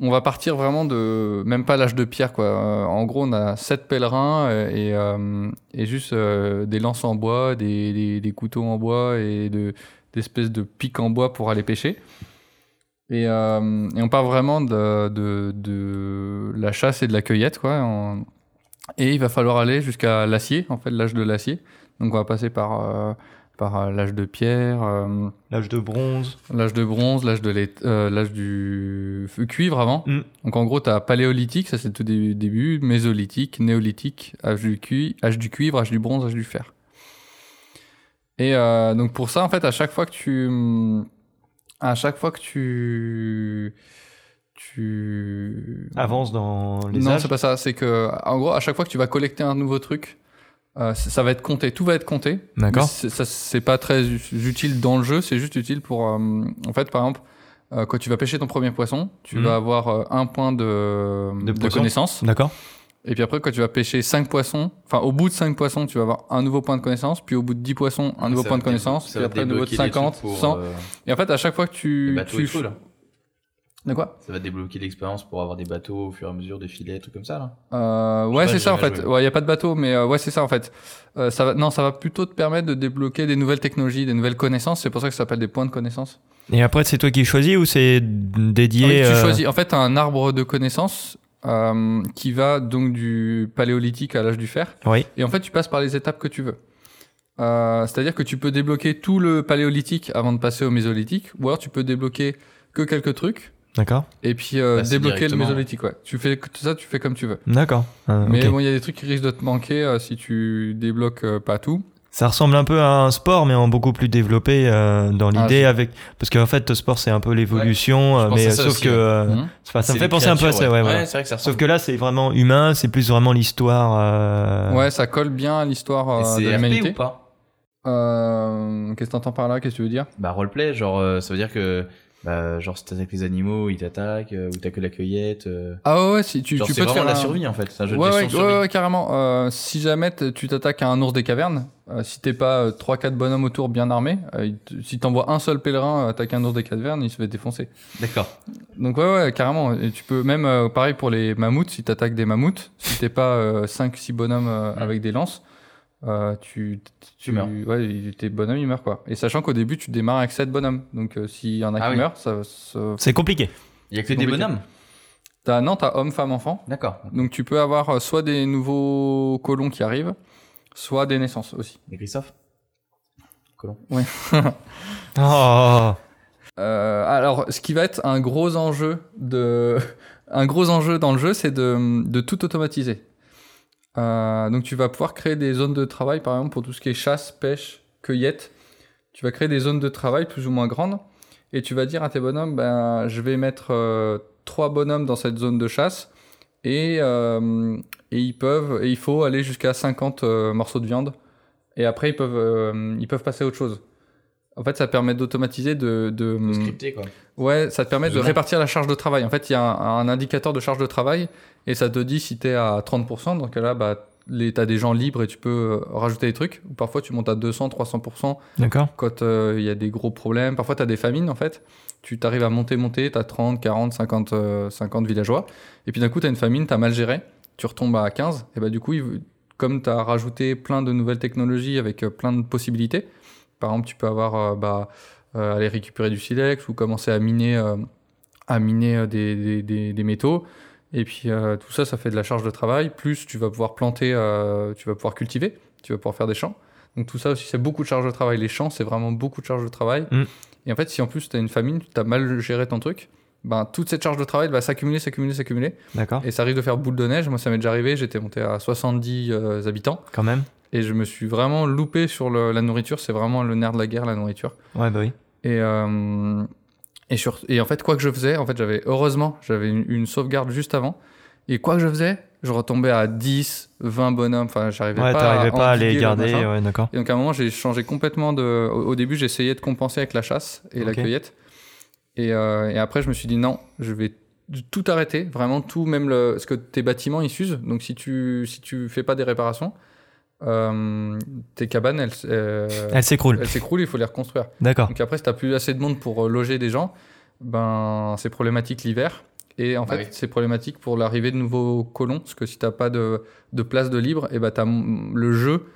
Speaker 2: on va partir vraiment de même pas l'âge de pierre quoi. Euh, en gros on a sept pèlerins euh, et, euh, et juste euh, des lances en bois, des, des, des couteaux en bois et de, d'espèces de pics en bois pour aller pêcher. Et, euh, et on part vraiment de, de, de la chasse et de la cueillette quoi. On- et il va falloir aller jusqu'à l'acier, en fait, l'âge de l'acier. Donc on va passer par, euh, par euh, l'âge de pierre, euh,
Speaker 5: L'âge de bronze.
Speaker 2: l'âge de bronze, l'âge de lait- euh, l'âge du f- cuivre avant.
Speaker 5: Mm.
Speaker 2: Donc en gros, tu as paléolithique, ça c'est tout dé- début, mésolithique, néolithique, âge du, cui- âge du cuivre, âge du bronze, âge du fer. Et euh, donc pour ça, en fait, à chaque fois que tu... hum, À chaque fois que tu... Tu...
Speaker 5: Avance dans les
Speaker 2: Non,
Speaker 5: âges.
Speaker 2: c'est pas ça. C'est que, en gros, à chaque fois que tu vas collecter un nouveau truc, euh, ça, ça va être compté. Tout va être compté. Mais c'est- ça, C'est pas très u- utile dans le jeu. C'est juste utile pour, euh, en fait, par exemple, euh, quand tu vas pêcher ton premier poisson, tu
Speaker 5: Mhm.
Speaker 2: vas avoir euh, un point de,
Speaker 5: De poisson.
Speaker 2: connaissance.
Speaker 5: D'accord.
Speaker 2: Et puis après, quand tu vas pêcher cinq poissons, enfin, au bout de cinq poissons, tu vas avoir un nouveau point de connaissance. Puis au bout de 10 poissons, un nouveau point de connaissance. Puis après, un nouveau de 50,
Speaker 1: euh,
Speaker 2: 100. Et en fait, à chaque fois que tu. tu... De quoi
Speaker 1: Ça va débloquer l'expérience pour avoir des bateaux au fur et à mesure, des filets, trucs comme ça là.
Speaker 2: Euh,
Speaker 1: Je sais pas,
Speaker 2: ouais, c'est
Speaker 1: j'ai
Speaker 2: ça en
Speaker 1: jamais
Speaker 2: fait.
Speaker 1: joué.
Speaker 2: Ouais, il y a pas de bateau, mais euh, ouais, c'est ça en fait. Euh, ça va, non, ça va plutôt te permettre de débloquer des nouvelles technologies, des nouvelles connaissances. C'est pour ça que ça s'appelle des points de connaissance.
Speaker 5: Et après, c'est toi qui choisis ou c'est
Speaker 2: Ah oui,
Speaker 5: dédié
Speaker 2: tu
Speaker 5: euh,
Speaker 2: choisis en fait un arbre de connaissances euh, qui va donc du paléolithique à l'âge du fer.
Speaker 5: Oui.
Speaker 2: Et en fait, tu passes par les étapes que tu veux. Euh, C'est-à-dire que tu peux débloquer tout le paléolithique avant de passer au mésolithique, ou alors tu peux débloquer que quelques trucs
Speaker 5: D'accord.
Speaker 2: et puis euh,
Speaker 1: Passer
Speaker 2: débloquer le
Speaker 1: Bah, directement.
Speaker 2: mésolithique. Ouais. Tu fais tout ça, tu fais comme tu veux.
Speaker 5: D'accord. Ah,
Speaker 2: Mais
Speaker 5: ok.
Speaker 2: bon, il y a des trucs qui risquent de te manquer euh, si tu débloques euh, pas tout.
Speaker 5: Ça ressemble un peu à un sport, mais en beaucoup plus développé euh, dans
Speaker 2: Ah,
Speaker 5: l'idée, avec parce qu'en fait, le sport c'est un peu l'évolution, euh,
Speaker 1: pense
Speaker 5: mais
Speaker 1: à ça
Speaker 5: sauf
Speaker 1: aussi,
Speaker 5: que
Speaker 1: ouais.
Speaker 5: euh,
Speaker 2: Mhm.
Speaker 5: enfin, ça
Speaker 1: C'est
Speaker 5: me fait
Speaker 1: des
Speaker 5: penser un peu à ça.
Speaker 1: créatures,
Speaker 5: Ouais, voilà.
Speaker 1: c'est vrai que ça ressemble.
Speaker 5: Sauf que là, c'est vraiment humain, c'est plus vraiment l'histoire. euh,
Speaker 2: Ouais, ça colle bien à l'histoire euh, de
Speaker 1: Ah. Et c'est RP
Speaker 2: l'humanité.
Speaker 1: ou pas
Speaker 2: Euh, Qu'est-ce que t'entends par là Qu'est-ce que tu veux dire
Speaker 1: Bah roleplay, genre euh, ça veut dire que bah, genre si t'es avec les animaux, ils t'attaquent euh, ou t'as que la cueillette. euh,
Speaker 2: Ah ouais, si tu,
Speaker 1: genre
Speaker 2: tu
Speaker 1: c'est
Speaker 2: peux te
Speaker 1: vraiment
Speaker 2: faire
Speaker 1: la
Speaker 2: un-
Speaker 1: survie en fait, c'est un jeu
Speaker 2: Ouais,
Speaker 1: de
Speaker 2: ouais,
Speaker 1: gestion
Speaker 2: ouais,
Speaker 1: survie.
Speaker 2: ouais, carrément. Euh, si jamais t- tu t'attaques à un ours des cavernes, euh, si t'es pas 3-4 bonhommes autour bien armés, euh, il te- si t'envoies un seul pèlerin attaquer un ours des cavernes, il se fait défoncer.
Speaker 1: D'accord.
Speaker 2: Donc ouais, ouais, carrément. Et tu peux même, euh, pareil pour les mammouths, si t'attaques des mammouths, si t'es pas 5-6 bonhommes euh, avec des lances, euh, tu,
Speaker 1: Mm. Tu meurs.
Speaker 2: Ouais, il- tes bonhommes, ils meurent quoi. Et sachant qu'au début, tu démarres avec 7 bonhommes. Donc euh, s'il y en a
Speaker 1: Ah
Speaker 2: qui
Speaker 1: oui.
Speaker 2: meurent, ça... ça-
Speaker 5: C'est compliqué.
Speaker 1: Il y a que des
Speaker 2: Compliqué.
Speaker 1: bonhommes.
Speaker 2: T'as, non, t'as homme, femme, enfant.
Speaker 1: D'accord.
Speaker 2: Donc tu peux avoir euh, soit des nouveaux colons qui arrivent, soit des naissances aussi.
Speaker 1: Et Christophe
Speaker 5: Oh.
Speaker 2: Euh, alors, ce qui va être un gros enjeu de, un gros enjeu dans le jeu, c'est de, de tout automatiser. Euh, donc, tu vas pouvoir créer des zones de travail, par exemple pour tout ce qui est chasse, pêche, cueillette. Tu vas créer des zones de travail plus ou moins grandes, et tu vas dire à tes bonhommes, ben, je vais mettre euh, trois bonhommes dans cette zone de chasse, et, euh, et ils peuvent, et il faut aller jusqu'à 50 euh, morceaux de viande, et après ils peuvent, euh, ils peuvent passer à autre chose. En fait, ça permet d'automatiser, de, de,
Speaker 1: Faut Scripté quoi.
Speaker 2: Ouais, ça te permet de
Speaker 1: Génial.
Speaker 2: répartir la charge de travail. En fait, il y a un, un indicateur de charge de travail et ça te dit si t'es à 30%, donc là, bah, les, t'as des gens libres et tu peux euh, rajouter des trucs. Ou Parfois, tu montes à 200, 300%
Speaker 5: [LAUGHS] D'accord.
Speaker 2: quand euh, il y a des gros problèmes. Parfois, tu as des famines, en fait. Tu t'arrives à monter, monter, tu as 30, 40, 50, euh, 50 villageois. Et puis d'un coup, tu as une famine, tu as mal géré. Tu retombes à 15. Et bah, du coup, il- comme tu as rajouté plein de nouvelles technologies avec euh, plein de possibilités, par exemple, tu peux avoir euh, bah, euh, aller récupérer du silex ou commencer à miner, euh, à miner euh, des, des- des- des métaux. Et puis euh, tout ça, ça fait de la charge de travail. Plus tu vas pouvoir planter, euh, tu vas pouvoir cultiver, tu vas pouvoir faire des champs. Donc tout ça aussi, c'est beaucoup de charge de travail. Les champs, c'est vraiment beaucoup de charge de travail.
Speaker 5: Mm.
Speaker 2: Et en fait, si en plus tu as une famine, tu as mal géré ton truc, ben, toute cette charge de travail elle va s'accumuler, s'accumuler, s'accumuler.
Speaker 5: D'accord.
Speaker 2: Et ça arrive de faire boule de neige. Moi, ça m'est déjà arrivé. J'étais monté à 70 euh, habitants
Speaker 5: Quand même.
Speaker 2: et je me suis vraiment loupé sur le- la nourriture. C'est vraiment le nerf de la guerre, la nourriture.
Speaker 5: Ouais, bah oui.
Speaker 2: Et, euh, et, sur- et en fait, quoi que je faisais, en fait, j'avais heureusement, j'avais une, une sauvegarde juste avant. Et quoi que je faisais, je retombais à 10, 20 bonhommes. Enfin, j'arrivais
Speaker 5: Ouais,
Speaker 2: pas,
Speaker 5: t'arrivais pas à les
Speaker 2: endiguer le
Speaker 5: garder.
Speaker 2: machin.
Speaker 5: Ouais, d'accord.
Speaker 2: Et donc à un moment, j'ai changé complètement de. Au, au début, j'essayais de compenser avec la chasse et la
Speaker 5: Ok.
Speaker 2: cueillette. Et, euh, et après, je me suis dit non, je vais tout arrêter, vraiment tout, même le... parce que tes bâtiments ils s'usent. Donc si tu si tu fais pas des réparations, euh, tes cabanes elles s- euh,
Speaker 5: Elle s'écroule.
Speaker 2: elles s'écroulent, il faut les reconstruire.
Speaker 5: D'accord.
Speaker 2: Donc après, si t'as plus assez de monde pour euh, loger des gens, ben c'est problématique l'hiver. Et en
Speaker 1: Bah
Speaker 2: fait,
Speaker 1: oui.
Speaker 2: c'est problématique pour l'arrivée de nouveaux colons, parce que si t'as pas de, de place de libre, et ben t'as m- le jeu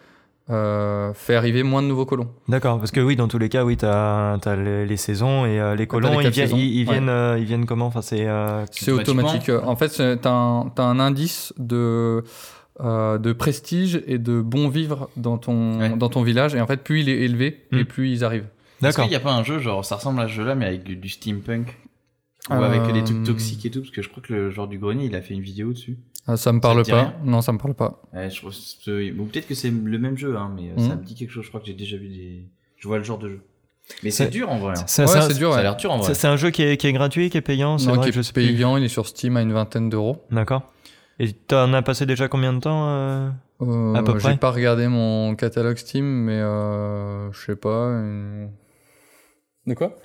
Speaker 2: euh, fait arriver moins de nouveaux colons.
Speaker 5: D'accord. Parce que oui, dans tous les cas, oui, t'as as les, les saisons et euh, les colons,
Speaker 2: les
Speaker 5: ils,
Speaker 2: quatre
Speaker 5: viennent,
Speaker 2: saisons.
Speaker 5: ils, ils
Speaker 2: Ouais.
Speaker 5: viennent, euh, ils viennent comment Enfin, c'est. euh,
Speaker 2: C'est
Speaker 1: Automatiquement.
Speaker 2: automatique. En fait, c'est- t'as un, t'as un indice de euh, de prestige et de bon vivre dans ton
Speaker 1: Ouais.
Speaker 2: dans ton village. Et en fait, plus il est élevé,
Speaker 5: Mm.
Speaker 2: et plus ils arrivent.
Speaker 1: Est-ce
Speaker 5: D'accord.
Speaker 1: qu'il n'y a pas un jeu, genre, ça ressemble à ce jeu-là, mais avec du, du steampunk Ou
Speaker 2: Euh,
Speaker 1: avec des trucs toxiques et tout Parce que je crois que le genre du grenier, il a fait une vidéo dessus.
Speaker 2: Ah, ça me
Speaker 1: Ça te
Speaker 2: parle
Speaker 1: dit
Speaker 2: pas.
Speaker 1: rien
Speaker 2: Non, ça me parle pas.
Speaker 1: Ouais, je trouve ce- bon, peut-être que c'est le même jeu, hein, mais euh, ça
Speaker 2: Mhm.
Speaker 1: me dit quelque chose. Je crois que j'ai déjà vu des. Je vois le genre de jeu. Mais c'est
Speaker 5: C'est-
Speaker 1: dur en vrai. hein.
Speaker 5: C'est
Speaker 2: Ouais,
Speaker 5: c'est un-
Speaker 2: c'est dur.
Speaker 1: Ça
Speaker 2: ouais.
Speaker 1: a l'air dur en vrai.
Speaker 5: c'est- c'est un jeu qui est, qui est gratuit, qui est payant. C'est
Speaker 2: Non,
Speaker 5: vrai
Speaker 2: qui
Speaker 5: que je
Speaker 2: est
Speaker 5: sais plus.
Speaker 2: payant, il est sur Steam à une vingtaine d'euros.
Speaker 5: D'accord. Et t'en as passé déjà combien de temps euh
Speaker 2: Euh,
Speaker 5: À peu près.
Speaker 2: J'ai pas regardé mon catalogue Steam, mais euh, je sais pas. une- De quoi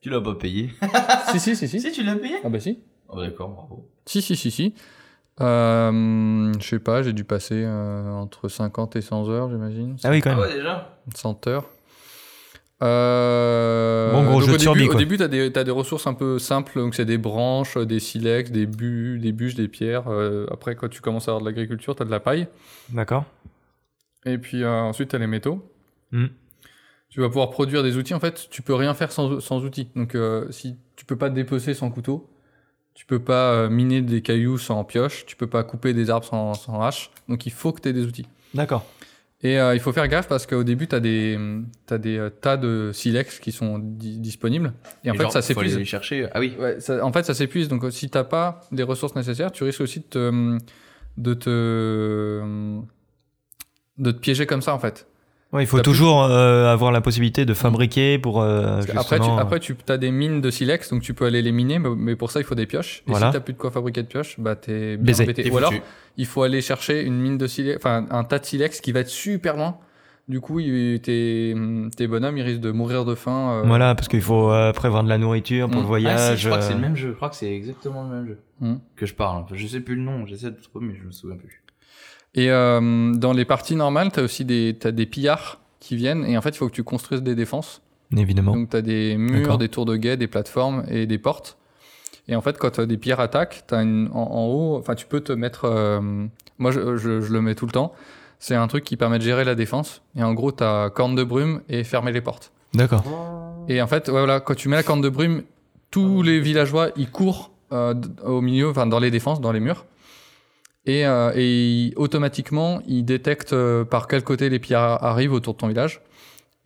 Speaker 1: Tu l'as pas payé
Speaker 2: [LAUGHS] Si, si, si, si.
Speaker 1: Si, tu l'as payé
Speaker 2: Ah bah si.
Speaker 1: Oh, d'accord, bravo.
Speaker 2: Si, si, si, si. Euh, je sais pas, j'ai dû passer euh, entre 50 et 100 heures, j'imagine.
Speaker 5: Ah oui, quand
Speaker 1: Ah
Speaker 5: même.
Speaker 1: ouais, déjà
Speaker 2: 100 heures. Euh,
Speaker 5: Bon,
Speaker 2: donc
Speaker 5: gros jeu de
Speaker 2: au
Speaker 5: survie,
Speaker 2: début, au
Speaker 5: quoi.
Speaker 2: début, t'as des, t'as des ressources un peu simples, donc c'est des branches, euh, des silex, des bues, des bûches, des pierres. Euh, après, quand tu commences à avoir de l'agriculture, t'as de la paille.
Speaker 5: D'accord.
Speaker 2: Et puis euh, ensuite, tu as les métaux.
Speaker 1: Hmm.
Speaker 5: Mm.
Speaker 2: Tu vas pouvoir produire des outils. En fait, tu peux rien faire sans, sans outils. Donc, euh, si tu peux pas dépecer sans couteau, tu peux pas euh, miner des cailloux sans pioche, tu peux pas couper des arbres sans, sans hache. Donc, il faut que tu aies des outils.
Speaker 5: D'accord.
Speaker 2: Et euh, il faut faire gaffe parce qu'au début, tu as des, t'as des euh, tas de silex qui sont di- disponibles. Et en fait,
Speaker 1: genre,
Speaker 2: ça
Speaker 1: Faut aller
Speaker 2: s'épuise.
Speaker 1: les chercher. Ah oui.
Speaker 2: Ouais, ça- en fait, ça s'épuise. Donc, euh, si t'as pas les ressources nécessaires, tu risques aussi de te, de te, de te piéger comme ça, en fait.
Speaker 5: Ouais, il faut
Speaker 2: T'as plus-
Speaker 5: toujours euh, avoir la possibilité de fabriquer pour. euh,
Speaker 2: Parce que Après, tu,
Speaker 5: justement,
Speaker 2: après, tu as des mines de silex, donc tu peux aller les miner, mais, mais pour ça, il faut des pioches. Et
Speaker 5: Voilà.
Speaker 2: si tu plus de quoi fabriquer de pioches, bah, t'es bien
Speaker 5: Baiser.
Speaker 2: embêté.
Speaker 1: T'es
Speaker 2: Ou alors,
Speaker 1: foutu.
Speaker 2: il faut aller chercher une mine de silex, enfin, un tas de silex qui va être super loin. Du coup, il- tes, tes bonhommes, ils risquent de mourir de faim. euh.
Speaker 5: Voilà, parce qu'il faut euh, prévoir de la nourriture pour
Speaker 2: Mm.
Speaker 1: Ah,
Speaker 5: le voyage.
Speaker 1: si, je crois que c'est
Speaker 5: euh,
Speaker 1: le même jeu. Je crois que c'est exactement le même jeu
Speaker 2: Hmm.
Speaker 1: que je parle. Je sais plus le nom. J'essaie de trouver, mais je me souviens plus.
Speaker 2: Et euh, dans les parties normales, tu as aussi des, t'as des pillards qui viennent, et en fait, il faut que tu construises des défenses.
Speaker 5: euh, Évidemment.
Speaker 2: Donc, tu as des murs,
Speaker 5: D'accord.
Speaker 2: des tours de guet, des plateformes et des portes. Et en fait, quand euh, des pierres attaquent, as une, en, en haut, enfin, tu peux te mettre. euh, moi, je, je- je le mets tout le temps. C'est un truc qui permet de gérer la défense. Et en gros, tu as corne de brume et fermer les portes.
Speaker 5: D'accord.
Speaker 2: Et en fait, ouais, voilà, quand tu mets la corne de brume,
Speaker 5: Ah
Speaker 2: tous les villageois, ils courent euh, d- au milieu, enfin, dans les défenses, dans les murs. Et, euh, et ils- automatiquement, ils détectent euh, par quel côté les pierres arrivent autour de ton village.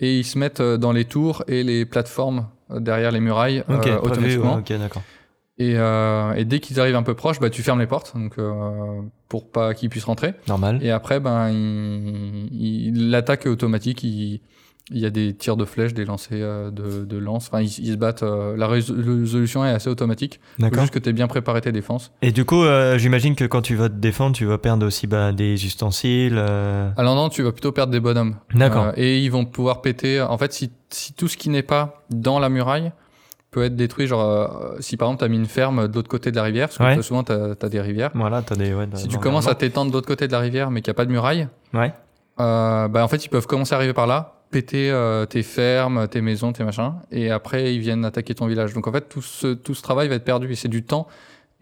Speaker 2: Et ils se mettent euh, dans les tours et les plateformes euh, derrière les murailles euh,
Speaker 5: Ok, prévu,
Speaker 2: automatiquement.
Speaker 5: ouais, ok, d'accord.
Speaker 2: Et, euh, et dès qu'ils arrivent un peu proche, bah, tu fermes les portes donc, euh, pour pas qu'ils puissent rentrer.
Speaker 5: Normal.
Speaker 2: Et après, ben, il- il- l'attaque est automatique. Il, il y a des tirs de flèches, des lancers euh, de, de lance. Enfin, ils, ils se battent. euh, la rés- résolution est assez automatique. Faut
Speaker 5: D'accord.
Speaker 2: juste que tu aies bien préparé tes défenses.
Speaker 5: Et du coup, euh, j'imagine que quand tu vas te défendre, tu vas perdre aussi bah, des ustensiles. euh,
Speaker 2: Alors non, tu vas plutôt perdre des bonhommes.
Speaker 5: D'accord.
Speaker 2: Euh, et ils vont pouvoir péter. En fait, si, si tout ce qui n'est pas dans la muraille peut être détruit. Genre, euh, si par exemple, tu as mis une ferme de l'autre côté de la rivière, parce que
Speaker 5: Ouais.
Speaker 2: très souvent, tu as, des rivières.
Speaker 5: Voilà, t'as des. ouais, t'as-
Speaker 2: Si tu
Speaker 5: normalement.
Speaker 2: commences à t'étendre de l'autre côté de la rivière, mais qu'il n'y a pas de muraille,
Speaker 5: Ouais.
Speaker 2: euh, bah, en fait, ils peuvent commencer à arriver par là, péter euh, tes fermes, tes maisons, tes machins, et après, ils viennent attaquer ton village. Donc, en fait, tout ce, tout ce travail va être perdu, et c'est du temps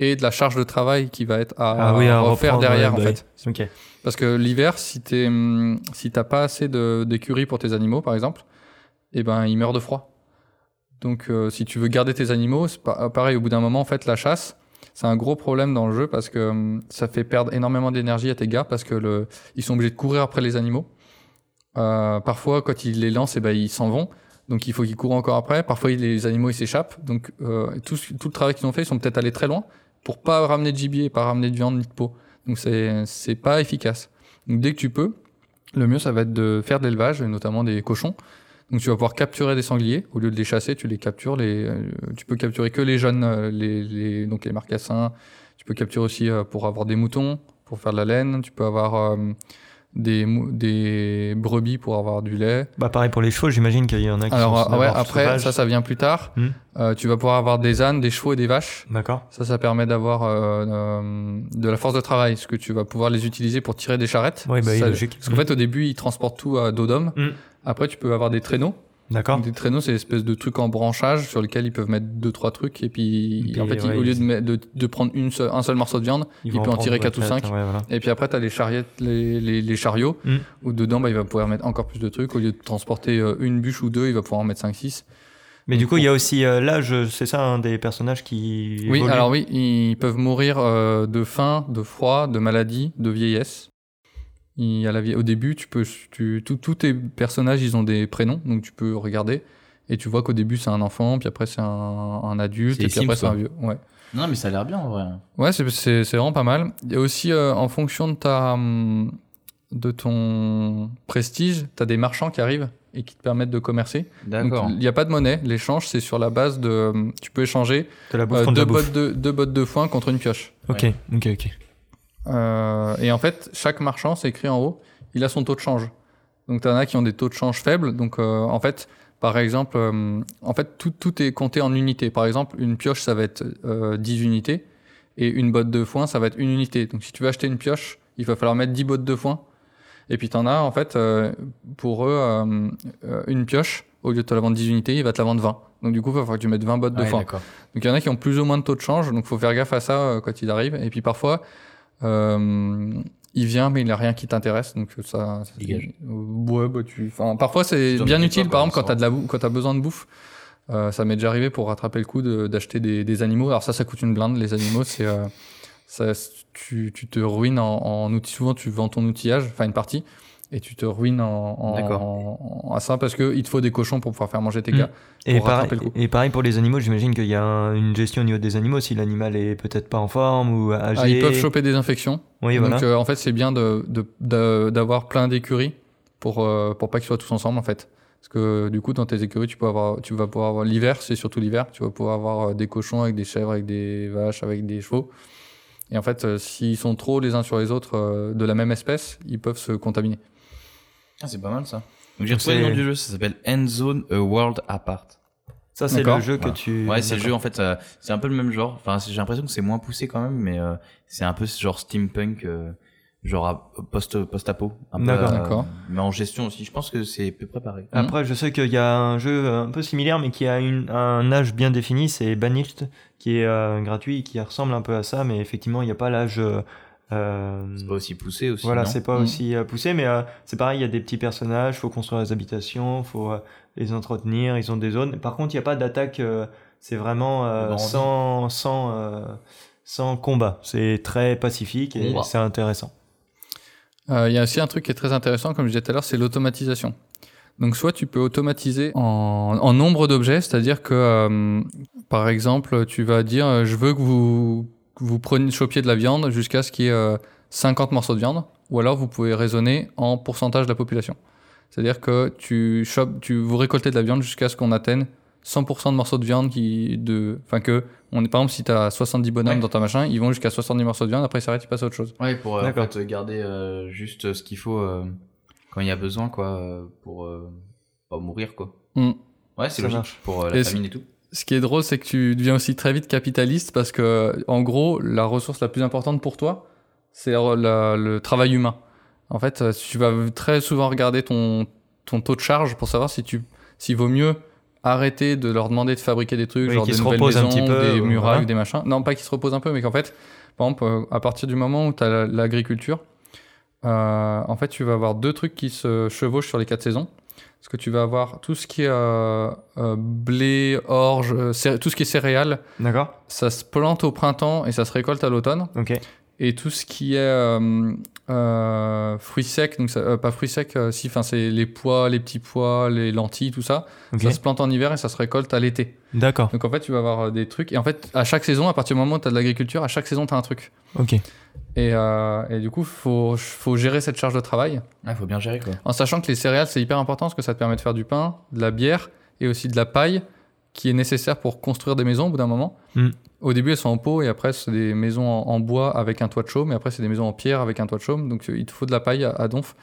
Speaker 2: et de la charge de travail qui va être à, à refaire
Speaker 5: Ah reprendre,
Speaker 2: derrière,
Speaker 5: ouais,
Speaker 2: en
Speaker 5: bah
Speaker 2: fait.
Speaker 5: oui. Ok.
Speaker 2: Parce que l'hiver, si t'es, hum, si t'as pas assez de d'écurie pour tes animaux, par exemple, eh ben ils meurent de froid. Donc euh, si tu veux garder tes animaux, c'est pas- euh, pareil. Au bout d'un moment, en fait, la chasse, c'est un gros problème dans le jeu parce que hum, ça fait perdre énormément d'énergie à tes gars parce que le, ils sont obligés de courir après les animaux. Euh, parfois, quand ils les lancent, eh ben ils s'en vont. Donc il faut qu'ils courent encore après. Parfois, ils- les animaux ils s'échappent. Donc euh, tout, ce- tout le travail qu'ils ont fait, ils sont peut-être allés très loin pour pas ramener de gibier, pas ramener de viande ni de peau. Donc c'est c'est pas efficace. Donc dès que tu peux, le mieux ça va être de faire de l'élevage, et notamment des cochons. Donc tu vas pouvoir capturer des sangliers au lieu de les chasser, tu les captures. Les, euh, tu peux capturer que les jeunes, euh, les, les- donc les marcassins. Tu peux capturer aussi euh, pour avoir des moutons, pour faire de la laine. Tu peux avoir euh, des, mou- des brebis pour avoir du lait.
Speaker 5: Bah pareil pour les chevaux, j'imagine qu'il y en a qui
Speaker 2: Alors
Speaker 5: sont
Speaker 2: euh, ouais,
Speaker 5: d'abord
Speaker 2: après
Speaker 5: sauvages.
Speaker 2: ça, ça vient plus tard.
Speaker 5: Hmm.
Speaker 2: Euh, tu vas pouvoir avoir des ânes, des chevaux et des vaches.
Speaker 5: D'accord.
Speaker 2: Ça, ça permet d'avoir euh, euh, de la force de travail, parce que tu vas pouvoir les utiliser pour tirer des charrettes.
Speaker 5: Oui, bah oui,
Speaker 2: Ça-
Speaker 5: logique.
Speaker 2: Parce qu'en fait, au début, ils transportent tout à dos d'homme.
Speaker 5: Mm.
Speaker 2: Après, tu peux avoir des traîneaux.
Speaker 5: D'accord.
Speaker 2: Donc, Des traîneaux, c'est l'espèce de truc en branchage sur lequel ils peuvent mettre deux, trois trucs. Et puis,
Speaker 5: Puis,
Speaker 2: en fait, ils-
Speaker 5: ouais,
Speaker 2: au lieu
Speaker 5: ils-
Speaker 2: de, mettre- de, de prendre une seule- un seul morceau de viande, il
Speaker 5: vont
Speaker 2: peut en
Speaker 5: prendre,
Speaker 2: tirer
Speaker 5: ouais,
Speaker 2: 4 ou 5.
Speaker 5: ouais, voilà.
Speaker 2: Et puis après, tu as les charriettes, les, les, les chariots,
Speaker 5: Mm.
Speaker 2: où dedans, bah, il va pouvoir mettre encore plus de trucs. Au lieu de transporter euh, une bûche ou deux, il va pouvoir en mettre 5, 6. Mm.
Speaker 5: Mais du coup, il y a aussi euh, l'âge, c'est ça, un des personnages qui.
Speaker 2: Oui,
Speaker 5: évolue.
Speaker 2: alors oui, ils peuvent mourir euh, de faim, de froid, de maladie, de vieillesse. Il y a la vie- Au début, tu peux, tu, tout- tous tes personnages, ils ont des prénoms, donc tu peux regarder et tu vois qu'au début c'est un enfant, puis après c'est un, un adulte,
Speaker 1: C'est
Speaker 2: et
Speaker 1: les
Speaker 2: puis après
Speaker 1: Sims,
Speaker 2: c'est un
Speaker 1: quoi.
Speaker 2: vieux. Ouais,
Speaker 1: Non, mais ça a l'air bien en vrai.
Speaker 2: ouais, c'est- c'est c'est vraiment pas mal. Il y a aussi euh, en fonction de ta, hum, de ton prestige, t'as des marchands qui arrivent et qui te permettent de commercer. Donc,
Speaker 1: D'accord.
Speaker 2: Il n'y a pas de monnaie, l'échange c'est sur la base de, hum, tu peux échanger
Speaker 5: De la bouffe
Speaker 2: euh,
Speaker 5: contre de
Speaker 2: deux,
Speaker 5: la bouffe.
Speaker 2: bottes de, deux bottes de foin contre une pioche.
Speaker 5: Ok, ok, ok.
Speaker 2: Euh, et en fait, chaque marchand, c'est écrit en haut, il a son taux de change. Donc, t'en as qui ont des taux de change faibles. Donc, euh, en fait, par exemple, euh, en fait, tout, tout est compté en unités. Par exemple, une pioche, ça va être euh, 10 unités. Et une botte de foin, ça va être une unité. Donc, si tu veux acheter une pioche, il va falloir mettre 10 bottes de foin. Et puis, t'en as, en fait, euh, pour eux, euh, euh, une pioche, au lieu de te la vendre 10 unités, il va te la vendre 20. Donc, du coup, il va falloir que tu mettes 20 bottes de
Speaker 1: Ouais,
Speaker 2: foin.
Speaker 1: d'accord.
Speaker 2: Donc il y en a qui ont plus ou moins de taux de change, donc faut faire gaffe à ça euh, quand ils arrivent. Et puis parfois, euh, il vient mais il a rien qui t'intéresse, donc ça. ça-
Speaker 1: Dégage.
Speaker 2: Euh, Ouais, bah tu. Enfin, parfois c'est
Speaker 1: Tu t'en
Speaker 2: bien
Speaker 1: occupes
Speaker 2: utile.
Speaker 1: pas,
Speaker 2: Par
Speaker 1: quoi,
Speaker 2: exemple, quand
Speaker 1: ça
Speaker 2: t'as de la bouffe- quand t'as besoin de bouffe, euh, ça m'est déjà arrivé pour rattraper le coup de- d'acheter des, des animaux. Alors ça, ça coûte une blinde. Les animaux, c'est euh, ça, tu, tu te ruines en, en outils. Souvent, tu vends ton outillage, enfin une partie, et tu te ruines en, en-
Speaker 1: D'accord. Hmm.
Speaker 2: en- en- à ça parce que il te faut des cochons pour pouvoir faire manger tes
Speaker 5: Mm.
Speaker 2: gars.
Speaker 5: Et,
Speaker 2: Pour rattraper
Speaker 5: pareil-
Speaker 2: le coup.
Speaker 5: et pareil pour les animaux, j'imagine qu'il y a un- une gestion au niveau des animaux si l'animal est peut-être pas en forme ou âgé.
Speaker 2: Ah, ils peuvent choper des infections.
Speaker 5: Oui, voilà.
Speaker 2: Donc euh, en fait, c'est bien de- de- de- d'avoir plein d'écuries pour, euh, pour pas qu'ils soient tous ensemble en fait. Parce que du coup, dans tes écuries, tu, peux avoir, tu vas pouvoir avoir l'hiver, c'est surtout l'hiver, tu vas pouvoir avoir euh, des cochons avec des chèvres, avec des vaches, avec des chevaux. Et en fait, euh, s'ils sont trop les uns sur les autres euh, de la même espèce, ils peuvent se contaminer.
Speaker 1: Ah, c'est pas mal ça. Donc, j'ai
Speaker 5: Donc,
Speaker 1: retrouvé le nom
Speaker 5: c'est-
Speaker 1: du jeu, ça s'appelle End Zone A World Apart.
Speaker 5: ça, c'est
Speaker 2: D'accord.
Speaker 5: le jeu que
Speaker 1: Voilà.
Speaker 5: tu.
Speaker 1: Ouais, c'est le
Speaker 5: D'accord.
Speaker 1: jeu en fait, euh, c'est un peu le même genre. Enfin, c'est- j'ai l'impression que c'est moins poussé quand même, mais euh, c'est un peu ce genre steampunk, euh, genre à- post post-apo. un peu,
Speaker 5: D'accord.
Speaker 1: euh,
Speaker 2: D'accord.
Speaker 1: Mais en gestion aussi, je pense que c'est peu préparé.
Speaker 2: Mhm.
Speaker 5: Après, je sais qu'il y a un jeu euh, un peu similaire, mais qui a une- un âge bien défini, c'est Banished, qui est euh, gratuit, et qui ressemble un peu à ça, mais effectivement, il n'y a pas l'âge. euh, euh,
Speaker 1: C'est pas aussi poussé aussi.
Speaker 5: voilà,
Speaker 1: non
Speaker 5: c'est pas
Speaker 2: Mhm.
Speaker 5: aussi euh, poussé, mais euh, c'est pareil, il y a des petits personnages, faut construire les habitations, faut euh, les entretenir, ils ont des zones. Par contre, il n'y a pas d'attaque, euh, c'est vraiment euh,
Speaker 1: Le bandit.
Speaker 5: sans, sans, euh, sans combat. C'est très pacifique et
Speaker 1: Combat.
Speaker 5: c'est intéressant.
Speaker 2: Euh, Il y a aussi un truc qui est très intéressant, comme je disais tout à l'heure, c'est l'automatisation. Donc soit tu peux automatiser en, en nombre d'objets, c'est-à-dire que, euh, par exemple, tu vas dire, euh, je veux que vous, que vous preniez, chopiez de la viande jusqu'à ce qu'il y ait euh, 50 morceaux de viande, ou alors vous pouvez raisonner en pourcentage de la population. C'est-à-dire que tu, chopes- tu vous récoltez de la viande jusqu'à ce qu'on atteigne 100% de morceaux de viande qui, de, enfin que, on est, par exemple, si tu as 70 bonhommes
Speaker 1: Ouais.
Speaker 2: dans ta machin, ils vont jusqu'à 70 morceaux de viande, après ils s'arrêtent, ils passent à autre chose.
Speaker 1: Ouais, pour euh, en
Speaker 5: D'accord.
Speaker 1: fait, garder euh, juste ce qu'il faut euh, quand il y a besoin, quoi, euh, pour euh, pas mourir, quoi.
Speaker 2: Hmm.
Speaker 1: Ouais, c'est
Speaker 5: Ça
Speaker 1: logique
Speaker 5: marche.
Speaker 1: pour euh, la
Speaker 2: Et
Speaker 1: famine et tout.
Speaker 2: ce qui est drôle, c'est que tu deviens aussi très vite capitaliste parce que, en gros, la ressource la plus importante pour toi, c'est la- le travail humain. En fait, euh, tu vas très souvent regarder ton, ton taux de charge pour savoir si tu, s'il vaut mieux arrêter de leur demander de fabriquer des trucs,
Speaker 5: Oui,
Speaker 2: genre
Speaker 5: qu'ils
Speaker 2: des
Speaker 5: se
Speaker 2: nouvelles
Speaker 5: reposent un
Speaker 2: maisons,
Speaker 5: petit peu,
Speaker 2: des
Speaker 5: euh,
Speaker 2: murailles,
Speaker 5: voilà.
Speaker 2: ou des machins. Non, pas qu'ils se reposent un peu, mais qu'en fait, par exemple, euh, à partir du moment où tu as l'agriculture, euh, en fait, tu vas avoir deux trucs qui se chevauchent sur les quatre saisons. Parce que tu vas avoir tout ce qui est euh, euh, blé, orge, euh, céré- tout ce qui est céréales,
Speaker 5: D'accord
Speaker 2: ça se plante au printemps et ça se récolte à l'automne.
Speaker 5: Ok.
Speaker 2: Et tout ce qui est euh, euh, fruits secs, donc ça- euh, pas fruits secs, euh, si, enfin c'est les pois, les petits pois, les lentilles, tout ça,
Speaker 5: ok.
Speaker 2: ça se plante en hiver et ça se récolte à l'été.
Speaker 5: D'accord.
Speaker 2: Donc en fait, tu vas avoir euh, des trucs. Et en fait, à chaque saison, à partir du moment où tu as de l'agriculture, à chaque saison, tu as un truc.
Speaker 5: Ok.
Speaker 2: Et, euh, et du coup, faut, faut gérer cette charge de travail.
Speaker 1: Ah, faut bien gérer quoi.
Speaker 2: En sachant que les céréales, c'est hyper important parce que ça te permet de faire du pain, de la bière et aussi de la paille qui est nécessaire pour construire des maisons au bout d'un moment.
Speaker 5: Mm.
Speaker 2: Au début, elles sont en pot et après, c'est des maisons en, en bois avec un toit de chaume et après, c'est des maisons en pierre avec un toit de chaume. Donc, il te faut de la paille à, à donf.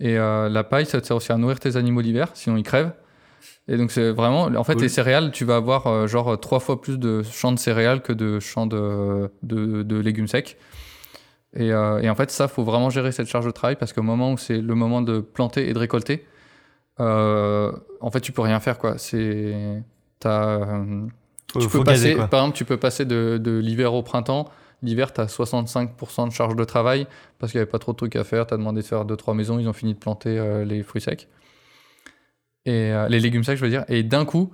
Speaker 2: Et euh, la paille, ça te sert aussi à nourrir tes animaux l'hiver, sinon ils crèvent. Et donc, c'est vraiment. En fait,
Speaker 1: Cool.
Speaker 2: les céréales, tu vas avoir euh, genre trois fois plus de champs de céréales que de champs de, de, de légumes secs. Et, euh, et en fait, ça, faut vraiment gérer cette charge de travail parce qu'au moment où c'est le moment de planter et de récolter, euh, en fait, tu peux rien faire, quoi. C'est. T'as. euh,
Speaker 5: Faut,
Speaker 2: tu
Speaker 5: faut
Speaker 2: peux
Speaker 5: gazer,
Speaker 2: passer,
Speaker 5: quoi.
Speaker 2: par exemple, tu peux passer de, de l'hiver au printemps. L'hiver, tu as 65% de charge de travail parce qu'il n'y avait pas trop de trucs à faire. Tu as demandé de faire 2-3 maisons, ils ont fini de planter euh, les fruits secs. Et euh, les légumes secs, je veux dire. Et d'un coup,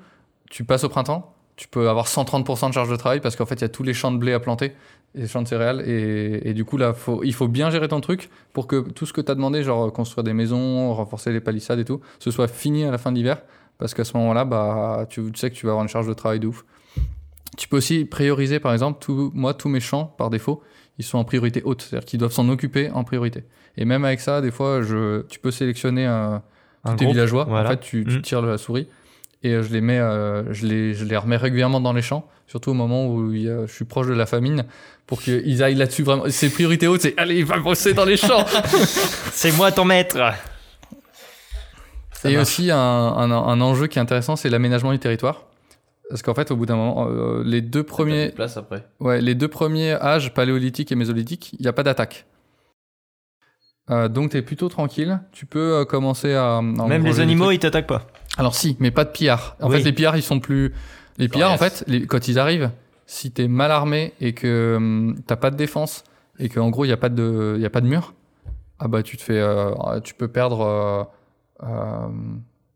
Speaker 2: tu passes au printemps, tu peux avoir 130% de charge de travail parce qu'en fait, il y a tous les champs de blé à planter et les champs de céréales. Et, et du coup, là, faut- il faut bien gérer ton truc pour que tout ce que tu as demandé, genre euh, construire des maisons, renforcer les palissades et tout, ce soit fini à la fin de l'hiver. Parce qu'à ce moment-là, bah, tu, tu sais que tu vas avoir une charge de travail de ouf. Tu peux aussi prioriser, par exemple, tout, moi, tous mes champs, par défaut, ils sont en priorité haute, c'est-à-dire qu'ils doivent s'en occuper en priorité. Et même avec ça, des fois, je, tu peux sélectionner euh,
Speaker 5: Un
Speaker 2: tous tes
Speaker 5: groupe,
Speaker 2: villageois.
Speaker 5: voilà.
Speaker 2: En fait, tu, tu
Speaker 5: Mm.
Speaker 2: tires la souris et euh, je les mets, euh, je, les, je les remets régulièrement dans les champs, surtout au moment où il y a- je suis proche de la famine, pour qu'ils aillent là-dessus vraiment. C'est priorité haute, c'est allez, va bosser dans les champs.
Speaker 5: C'est moi ton maître. [LAUGHS] Ça
Speaker 2: Et
Speaker 5: marche.
Speaker 2: aussi, un, un- un enjeu qui est intéressant, c'est l'aménagement du territoire. Parce qu'en fait, au bout d'un moment, euh, les deux
Speaker 1: T'as
Speaker 2: premiers,
Speaker 1: plus de place après.
Speaker 2: Ouais, les deux premiers âges, paléolithique et mésolithique, il n'y a pas d'attaque. Euh, donc t'es plutôt tranquille. Tu peux euh, commencer à. à
Speaker 5: Même
Speaker 2: engranger
Speaker 5: les
Speaker 2: des
Speaker 5: animaux,
Speaker 2: trucs.
Speaker 5: ils t'attaquent pas.
Speaker 2: Alors si, mais pas de pillards. En
Speaker 5: Oui.
Speaker 2: fait, les pillards, ils sont plus. Les pillards, en
Speaker 1: Coriaces.
Speaker 2: fait, les- quand ils arrivent, si t'es mal armé et que hum, t'as pas de défense et qu'en gros il n'y a pas de, il y a pas de mur, ah bah tu te fais, euh, tu peux perdre. euh, euh,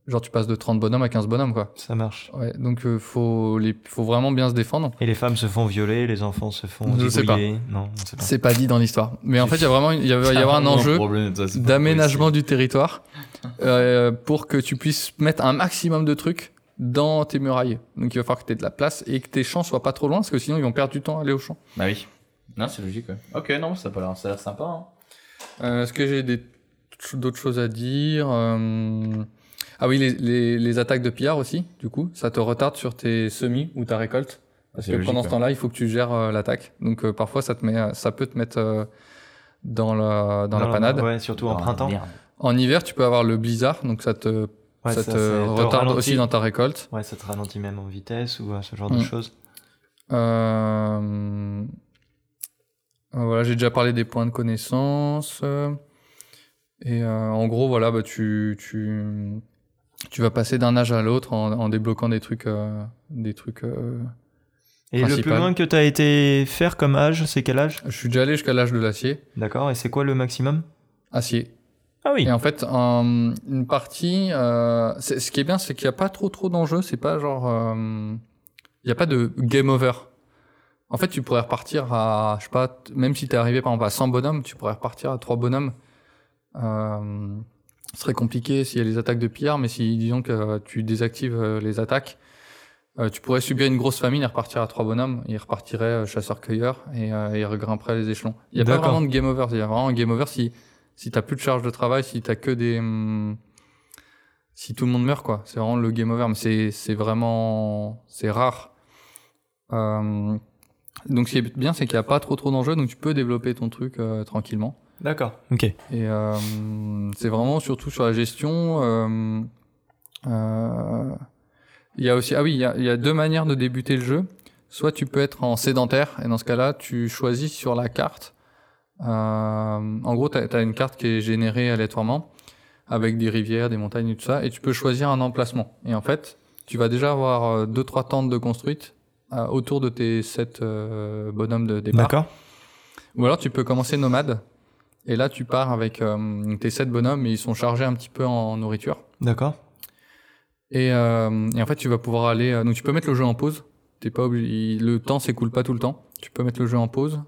Speaker 2: genre tu passes de 30 bonhommes à 15 bonhommes quoi.
Speaker 5: Ça marche.
Speaker 2: Ouais, donc euh, faut les, faut vraiment bien se défendre.
Speaker 5: Et les femmes se font violer, les enfants se font
Speaker 2: Je sais pas.
Speaker 5: zigouiller. Non, on sait pas.
Speaker 2: C'est pas dit dans l'histoire. Mais en fait, il y a vraiment, une- il y a- il va
Speaker 1: [LAUGHS]
Speaker 2: y avoir un enjeu d'aménagement du territoire euh, pour que tu puisses mettre un maximum de trucs dans tes murailles. Donc il va falloir que tu aies de la place et que tes champs soient pas trop loin parce que sinon ils vont perdre du temps à aller aux champs.
Speaker 1: Bah oui. Non, c'est logique. Ouais. Ok, non, ça a pas l'air- ça a l'air sympa. Hein.
Speaker 2: Euh, Est-ce que j'ai des- d'autres choses à dire Euh, Ah oui, les, les- les attaques de pillards aussi, du coup, ça te retarde sur tes semis ou ta récolte. Parce
Speaker 1: c'est
Speaker 2: que
Speaker 1: logique,
Speaker 2: pendant ce
Speaker 1: ouais.
Speaker 2: temps-là, il faut que tu gères euh, l'attaque. Donc euh, parfois, ça, te met, euh, ça peut te mettre euh, dans la, dans la
Speaker 5: Non,
Speaker 2: panade.
Speaker 5: Ouais, surtout en
Speaker 1: Ah,
Speaker 5: printemps.
Speaker 1: merde.
Speaker 2: En hiver, tu peux avoir le blizzard, donc ça te,
Speaker 5: Ouais,
Speaker 2: ça
Speaker 5: ça,
Speaker 2: te
Speaker 5: ça-
Speaker 2: retarde
Speaker 5: ralentit.
Speaker 2: aussi dans ta récolte.
Speaker 5: Ouais, ça te ralentit même en vitesse ou euh, ce genre
Speaker 2: Mm.
Speaker 5: de choses.
Speaker 2: Euh, euh, Voilà, j'ai déjà parlé des points de connaissance. euh, Et euh, en gros, voilà, bah, tu, tu, tu vas passer d'un âge à l'autre en, en débloquant des trucs. euh, des trucs euh,
Speaker 5: Et le plus
Speaker 2: Principal.
Speaker 5: loin que t'as été faire comme âge, c'est quel âge
Speaker 2: Je suis déjà allé jusqu'à l'âge de l'acier.
Speaker 5: D'accord. Et c'est quoi le maximum
Speaker 2: Acier.
Speaker 5: Ah oui.
Speaker 2: Et en fait, en- une partie, euh, c'est- ce qui est bien, c'est qu'il n'y a pas trop trop d'enjeux. C'est pas genre, euh, il n'y a pas de game over. En fait, tu pourrais repartir à, je sais pas, t- même si t'es arrivé par exemple à 100 bonhommes, tu pourrais repartir à 3 bonhommes. Euh, ce serait compliqué s'il y a les attaques de pierre, mais si disons que euh, tu désactives euh, les attaques, euh, tu pourrais subir une grosse famine et repartir à 3 bonhommes. Ils repartiraient euh, chasseurs-cueilleurs et euh, ils grimperaient les échelons. Il n'y a pas
Speaker 5: D'accord.
Speaker 2: vraiment de game over. Il y a vraiment un game over si si t'as plus de charge de travail, si t'as que des. hum, si tout le monde meurt, quoi. C'est vraiment le game over, mais c'est, c'est vraiment. C'est rare. Euh, donc, ce qui est bien, c'est qu'il n'y a pas trop trop d'enjeux, donc tu peux développer ton truc euh, tranquillement.
Speaker 5: D'accord. Ok.
Speaker 2: Et euh, c'est vraiment surtout sur la gestion. euh, euh, Il y a aussi, ah oui, il y a, il y a deux manières de débuter le jeu. Soit tu peux être en sédentaire, et dans ce cas-là, tu choisis sur la carte. Euh, en gros, tu as, une carte qui est générée aléatoirement, avec des rivières, des montagnes et tout ça, et tu peux choisir un emplacement. Et en fait, tu vas déjà avoir euh, deux, trois tentes de construites euh, autour de tes sept euh, bonhommes de départ.
Speaker 5: D'accord.
Speaker 2: Ou alors tu peux commencer nomade. Et là, tu pars avec euh, tes sept bonhommes et ils sont chargés un petit peu en nourriture.
Speaker 5: D'accord.
Speaker 2: Et, euh, et en fait, tu vas pouvoir aller. euh, donc, tu peux mettre le jeu en pause. T'es pas obligé- Le temps s'écoule pas tout le temps. Tu peux mettre le jeu en pause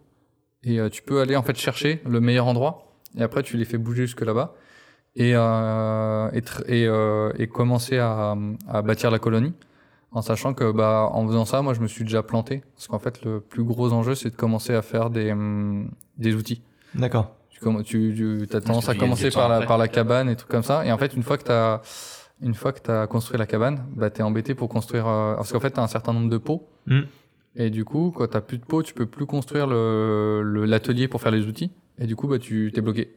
Speaker 2: et euh, tu peux aller en fait chercher le meilleur endroit. Et après, tu les fais bouger jusque là-bas et euh, et, tr- et, euh, et commencer à, à bâtir la colonie. En sachant que bah en faisant ça, moi, je me suis déjà planté parce qu'en fait, le plus gros enjeu, c'est de commencer à faire des hum, des outils.
Speaker 5: D'accord.
Speaker 2: Tu, comm- tu, tu as tendance
Speaker 1: que
Speaker 2: à
Speaker 1: tu gagnes
Speaker 2: commencer
Speaker 1: du temps
Speaker 2: par la,
Speaker 1: après.
Speaker 2: par la cabane et trucs comme ça. Et en fait, une fois que tu as, une fois que t'as construit la cabane, bah, t'es embêté pour construire, euh, parce qu'en fait, t'as un certain nombre de pots.
Speaker 1: Hmm.
Speaker 5: Mm.
Speaker 2: Et du coup, quand t'as plus de pots, tu peux plus construire le, le- l'atelier pour faire les outils. Et du coup, bah, tu, t'es bloqué.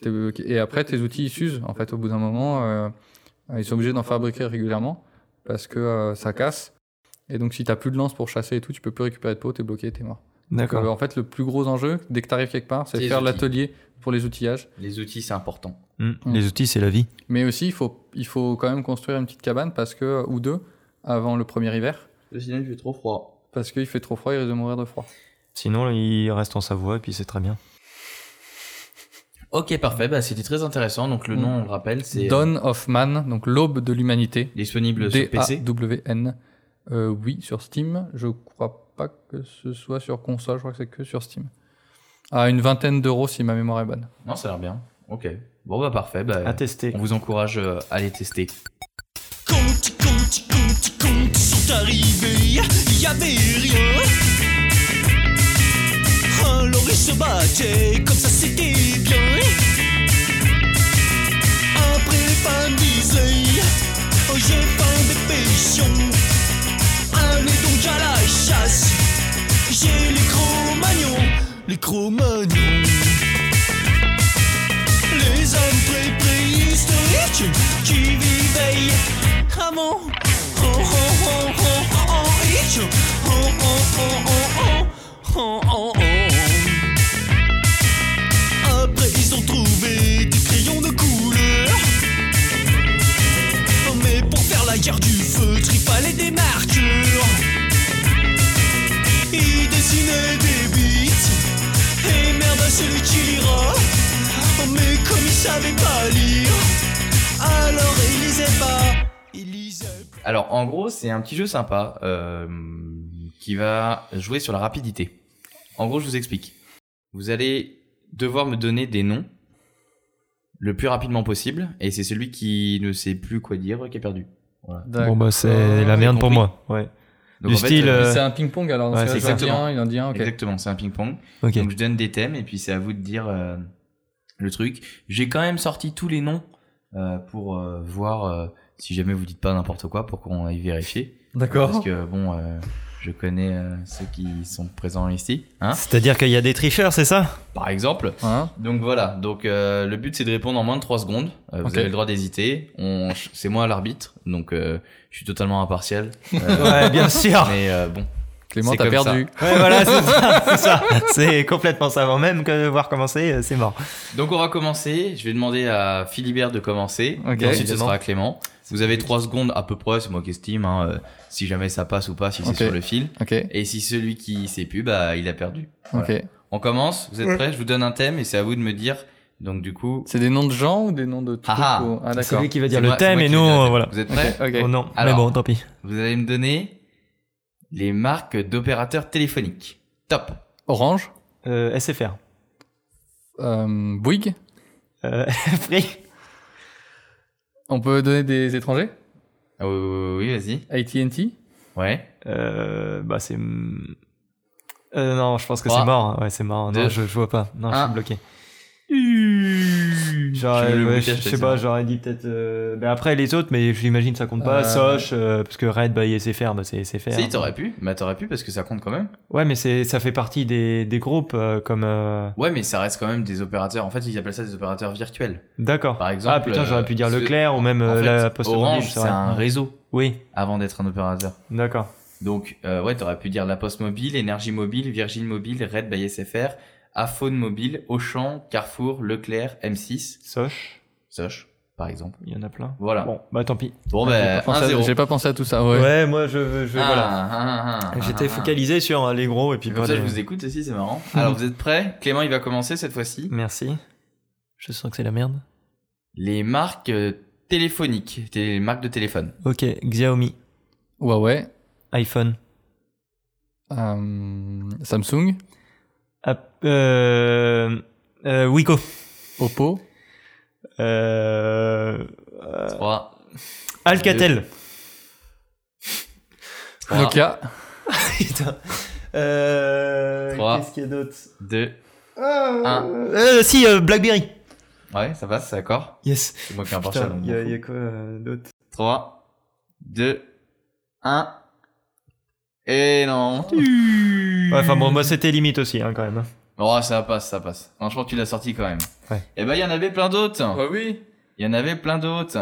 Speaker 2: T'es bloqué. Et après, tes outils, ils s'usent. En fait, au bout d'un moment, euh, ils sont obligés d'en fabriquer régulièrement parce que euh, ça casse. Et donc, si t'as plus de lance pour chasser et tout, tu peux plus récupérer de pots, t'es bloqué, t'es mort. Euh,
Speaker 5: D'accord.
Speaker 2: en fait, le plus gros enjeu, dès que tu arrives quelque part, c'est
Speaker 1: Les
Speaker 2: faire
Speaker 1: outils.
Speaker 2: l'atelier pour les outillages.
Speaker 1: Les outils, c'est important.
Speaker 5: Hmm. Les outils, c'est la vie.
Speaker 2: Mais aussi, il faut, il faut quand même construire une petite cabane parce que, ou deux avant le premier hiver,
Speaker 1: Le signal, il fait trop froid.
Speaker 2: parce qu'il fait trop froid, il risque de mourir de froid.
Speaker 5: Sinon, là, il reste en Savoie et puis c'est très bien.
Speaker 1: Ok, parfait. Bah, c'était très intéressant. Donc, le
Speaker 2: Mm.
Speaker 1: nom, on le rappelle, c'est. euh,
Speaker 2: Dawn of Man, donc l'aube de l'humanité.
Speaker 1: Disponible sur PC.
Speaker 2: D-A-W-N. Euh, oui, sur Steam. Je crois pas que ce soit sur console, je crois que c'est que sur Steam. À une vingtaine d'euros si ma mémoire est bonne.
Speaker 1: Non, ça a l'air bien. Ok. Bon, bah, parfait. Bah,
Speaker 5: À tester.
Speaker 1: on vous encourage euh, à les tester.
Speaker 7: Quand, quand, quand, quand ils sont arrivés, il y avait rien. Alors ils se battaient, comme ça c'était bien. Après fin disait, oh, je peins des passions. Allez donc à la chasse, j'ai les cro-magnons, les cro-magnons. Les hommes pré- préhistoriques qui vivaient avant. Oh, oh, oh, oh, oh, oh, ich. Oh, oh, oh, oh, oh, oh, oh, oh. Après, ils ont trouvé des crayons de couleur. Mais pour faire la guerre du feutre, il fallait des marqueurs. Ils dessinaient des bits. Et merde à celui qui lira. Oh, mais comme il savait pas lire, alors il lisait pas. Il lisait
Speaker 1: Alors, en gros, c'est un petit jeu sympa euh, qui va jouer sur la rapidité. En gros, je vous explique. Vous allez devoir me donner des noms le plus rapidement possible, et c'est celui qui ne sait plus quoi dire qui est perdu.
Speaker 5: Bon, bah, c'est
Speaker 2: D'accord.
Speaker 5: la merde
Speaker 1: J'ai
Speaker 5: pour
Speaker 1: compris.
Speaker 5: moi. Ouais.
Speaker 1: Donc,
Speaker 5: Du
Speaker 1: en fait,
Speaker 5: style,
Speaker 1: euh,
Speaker 5: euh,
Speaker 2: C'est un ping-pong alors. dans
Speaker 5: ouais,
Speaker 2: ce
Speaker 5: c'est
Speaker 2: cas-là, je
Speaker 1: exactement.
Speaker 2: dis un, il en dit un, ok.
Speaker 1: Exactement, c'est un ping-pong.
Speaker 5: Ok.
Speaker 1: Donc je donne des thèmes et puis c'est à vous de dire euh, le truc. J'ai quand même sorti tous les noms euh, pour euh, voir euh, si jamais vous dites pas n'importe quoi pour qu'on aille vérifier. Parce
Speaker 5: D'accord.
Speaker 1: que bon, euh, je connais euh, ceux qui sont présents ici, hein,
Speaker 5: Ah. C'est-à-dire qu'il y a des tricheurs, c'est ça
Speaker 1: par exemple.
Speaker 2: Hein
Speaker 1: Donc voilà, donc euh, le but c'est de répondre en moins de 3 secondes. Euh,
Speaker 2: Ok.
Speaker 1: Vous avez le droit d'hésiter. On... C'est moi l'arbitre, donc euh, je suis totalement
Speaker 5: [LAUGHS]
Speaker 1: impartial. Euh, [LAUGHS]
Speaker 5: Ouais, bien sûr.
Speaker 1: Mais euh, bon,
Speaker 2: Clément,
Speaker 1: C'est
Speaker 2: t'as
Speaker 1: comme ça.
Speaker 2: perdu.
Speaker 5: Ouais, voilà, c'est ça. C'est [LAUGHS] ça. C'est complètement ça. Avant même que de voir commencer, euh, c'est mort.
Speaker 1: Donc on va commencer. Je vais demander à Philibert de commencer.
Speaker 2: Ok.
Speaker 1: Ensuite ce sera à Clément. Vous avez trois secondes à peu près, c'est moi qui estime, hein, euh, si jamais ça passe ou pas, si
Speaker 2: Ok.
Speaker 1: c'est sur le fil.
Speaker 2: Ok,
Speaker 1: Et si celui qui sait plus, bah il a perdu. Voilà.
Speaker 2: ok.
Speaker 1: On commence. Vous êtes prêts Je vous donne un thème et c'est à vous de me dire. Donc du coup,
Speaker 2: C'est des noms de gens ou des noms de trucs
Speaker 1: Ah ah,
Speaker 2: ou- ah
Speaker 5: C'est
Speaker 2: d'accord.
Speaker 5: lui qui va dire
Speaker 1: c'est
Speaker 5: le
Speaker 1: moi- c'est
Speaker 5: thème
Speaker 1: moi
Speaker 5: et
Speaker 1: qui
Speaker 5: nous,
Speaker 1: vous donne le
Speaker 5: euh,
Speaker 1: thème.
Speaker 5: voilà.
Speaker 1: Vous êtes
Speaker 2: Ok,
Speaker 1: prêts
Speaker 2: ok.
Speaker 5: Oh non,
Speaker 1: Alors.
Speaker 5: mais bon, tant pis.
Speaker 1: Vous allez me donner les marques d'opérateurs téléphoniques. Top.
Speaker 2: Orange,
Speaker 5: Euh, SFR.
Speaker 2: euh, Bouygues.
Speaker 5: Euh, [LAUGHS] Free.
Speaker 2: On peut donner des étrangers.
Speaker 1: Ah oui, oui, oui, oui, vas-y.
Speaker 2: AT&T.
Speaker 1: Ouais.
Speaker 5: Euh, bah, c'est. Euh, non, je pense que c'est
Speaker 1: Trois.
Speaker 5: mort. Ouais, c'est mort. Non,
Speaker 1: Deux.
Speaker 5: je, je vois pas. Non, je
Speaker 1: Un.
Speaker 5: suis bloqué.
Speaker 1: plus.
Speaker 5: J'aurais-
Speaker 1: Je le
Speaker 5: ouais,
Speaker 1: bouquet,
Speaker 5: je je
Speaker 1: t'ai
Speaker 5: sais
Speaker 1: dit.
Speaker 5: pas, j'aurais dit peut-être. euh, ben après les autres, mais j'imagine ça compte pas.
Speaker 2: Euh,
Speaker 5: Soch, euh, parce que Red, bah, il SFR, bah, c'est SFR.
Speaker 1: Si, t'aurais pu. Bah, t'aurais pu parce que ça compte quand même.
Speaker 5: Ouais, mais c'est, ça fait partie des, des groupes euh, comme. euh,
Speaker 1: Ouais, mais ça reste quand même des opérateurs. En fait, ils appellent ça des opérateurs virtuels.
Speaker 5: D'accord.
Speaker 1: Par exemple.
Speaker 5: ah putain, j'aurais pu dire
Speaker 1: euh,
Speaker 5: Leclerc ou même
Speaker 1: En
Speaker 5: euh,
Speaker 1: fait,
Speaker 5: la Poste Mobile.
Speaker 1: Orange,
Speaker 5: ça
Speaker 1: c'est
Speaker 5: aurait-
Speaker 1: un réseau
Speaker 5: Oui,
Speaker 1: avant d'être un opérateur.
Speaker 5: d'accord.
Speaker 1: Donc, euh, ouais, t'aurais pu dire La Poste Mobile, Énergie Mobile, Virgin Mobile, Red by SFR, Afone Mobile, Auchan, Carrefour, Leclerc, M6,
Speaker 5: Soch,
Speaker 1: Soch, par exemple.
Speaker 5: il y en a plein.
Speaker 1: Voilà. Bon,
Speaker 5: Bon, bah tant pis.
Speaker 1: ben,
Speaker 2: J'ai pas pensé à-
Speaker 1: 1-0.
Speaker 2: J'ai pas pensé à tout ça.
Speaker 5: Ouais,
Speaker 2: Ouais.
Speaker 5: moi je, je
Speaker 1: Ah,
Speaker 5: voilà.
Speaker 1: ah, ah, ah,
Speaker 5: J'étais
Speaker 1: ah, ah.
Speaker 5: focalisé sur euh, les gros et puis
Speaker 1: Comme
Speaker 5: pas
Speaker 1: ça,
Speaker 5: les-
Speaker 1: je vous écoute aussi, c'est marrant. Alors, vous êtes prêts Clément, il va commencer cette fois-ci.
Speaker 5: Merci. Je sens que c'est la merde.
Speaker 1: Les marques euh, téléphoniques, Té- les marques de téléphone.
Speaker 5: Ok, Xiaomi,
Speaker 2: Huawei,
Speaker 5: iPhone,
Speaker 2: euh, Samsung,
Speaker 5: App- euh, euh, Wiko,
Speaker 2: Oppo,
Speaker 5: euh, euh,
Speaker 1: 3,
Speaker 5: Alcatel.
Speaker 1: Ah.
Speaker 2: Nokia.
Speaker 5: [LAUGHS] Putain. Euh,
Speaker 1: Trois.
Speaker 5: Qu'est-ce qu'il y a d'autre
Speaker 1: 2, Un.
Speaker 5: euh, Si, euh, Blackberry.
Speaker 1: ouais, ça passe, c'est d'accord
Speaker 5: Yes.
Speaker 1: C'est moi qui ai un
Speaker 5: Putain,
Speaker 1: portable.
Speaker 5: il y, a- il y a quoi euh, d'autre
Speaker 1: 3, 2, 1. Et non.
Speaker 5: Ouais, Enfin bon, moi c'était limite aussi hein, quand même.
Speaker 1: Oh, ça passe, ça passe. Franchement, tu l'as sorti quand même.
Speaker 5: Ouais.
Speaker 1: Et ben, il y en avait plein d'autres.
Speaker 2: Ah oui.
Speaker 1: Il y en avait plein d'autres.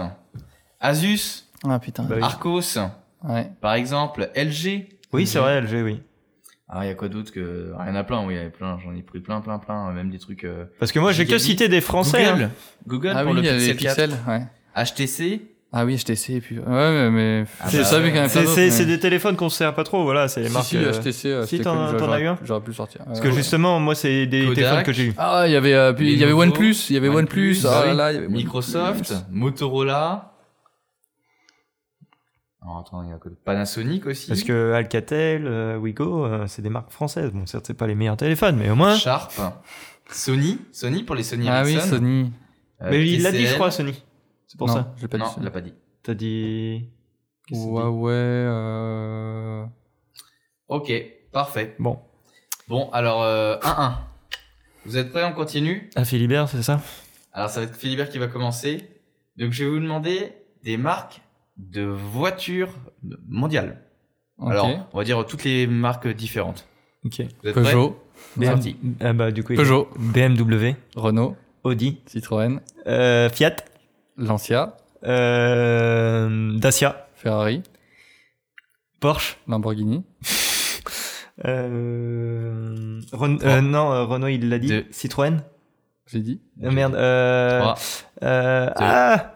Speaker 1: Asus,
Speaker 2: Ah putain.
Speaker 5: Bah oui.
Speaker 1: Arcos,
Speaker 2: Ouais.
Speaker 1: par exemple, LG.
Speaker 5: Oui, c'est vrai, LG, oui.
Speaker 1: Ah, il y a quoi d'autre que. ah, Il y en a plein, oui, il y en a plein. J'en ai pris plein, plein, plein. Même des trucs. euh,
Speaker 5: Parce que moi j'ai que
Speaker 1: Gigabyte.
Speaker 5: cité des français. hein.
Speaker 1: Google. Google
Speaker 2: Ah
Speaker 1: pour
Speaker 2: oui, il y
Speaker 1: le
Speaker 2: a
Speaker 1: Pixel
Speaker 2: les
Speaker 1: 4.
Speaker 2: pixels. Ouais.
Speaker 1: HTC.
Speaker 2: Ah oui, HTC et puis. Ouais, mais. mais-
Speaker 1: Ah
Speaker 2: je
Speaker 1: bah,
Speaker 2: savais qu'il y en avait plein
Speaker 5: C'est
Speaker 2: d'autres,
Speaker 5: c'est-
Speaker 2: mais-
Speaker 5: c'est des téléphones qu'on sert pas trop, voilà, c'est les
Speaker 2: Si,
Speaker 5: marques.
Speaker 2: si,
Speaker 5: euh,
Speaker 2: HTC. euh,
Speaker 5: si,
Speaker 2: c'était
Speaker 5: t'en-
Speaker 2: cool,
Speaker 5: t'en
Speaker 2: j'aurais-
Speaker 5: as eu un
Speaker 2: J'aurais pu le sortir.
Speaker 5: Parce
Speaker 2: Euh,
Speaker 5: que
Speaker 2: ouais.
Speaker 5: justement, moi c'est des
Speaker 1: Kodak.
Speaker 5: téléphones que j'ai eu.
Speaker 2: Ah, il y avait, euh, puis il y avait
Speaker 1: Lenovo,
Speaker 2: OnePlus, il y avait OnePlus, ah là là, il y avait
Speaker 1: Microsoft, Motorola. Alors, attends, il y a quoi d'autre Panasonic aussi.
Speaker 5: Parce que Alcatel, euh, Wigo, euh, c'est des marques françaises. Bon, certes, c'est pas les meilleurs téléphones, mais au moins.
Speaker 1: Sharp, Sony, Sony pour les Sony
Speaker 2: Ah oui,
Speaker 1: Ericsson.
Speaker 2: Sony.
Speaker 1: euh,
Speaker 5: mais il l'a dit,
Speaker 1: TCL.
Speaker 5: je crois, Sony. C'est pour
Speaker 2: non,
Speaker 5: ça.
Speaker 2: j'ai pas dit
Speaker 1: Non,
Speaker 2: ça.
Speaker 1: il l'a pas dit.
Speaker 5: T'as dit. Qu'est-ce que t'as dit
Speaker 2: Huawei, euh...
Speaker 1: Ok, parfait.
Speaker 5: Bon.
Speaker 1: Bon, alors euh, 1-1. Vous êtes prêts On continue.
Speaker 5: Ah, Philibert, c'est ça
Speaker 1: Alors ça va être Philibert qui va commencer. Donc je vais vous demander des marques de voitures mondiales.
Speaker 2: ok.
Speaker 1: Alors on va dire toutes les marques différentes.
Speaker 5: Ok.
Speaker 1: Vous êtes prêts
Speaker 2: Peugeot,
Speaker 1: C'est parti.
Speaker 5: Ah bah, du coup, il-
Speaker 2: Peugeot,
Speaker 5: BMW,
Speaker 2: Renault,
Speaker 5: Audi,
Speaker 2: Citroën,
Speaker 5: euh, Fiat,
Speaker 2: Lancia,
Speaker 5: euh, Dacia,
Speaker 2: Ferrari,
Speaker 5: Porsche, [LAUGHS]
Speaker 2: Lamborghini,
Speaker 5: euh, Ren- euh, non, euh, Renault, il l'a dit,
Speaker 1: Deux.
Speaker 5: Citroën,
Speaker 2: j'ai dit,
Speaker 5: Euh, merde, euh,
Speaker 1: 3,
Speaker 5: euh,
Speaker 1: deux,
Speaker 5: ah,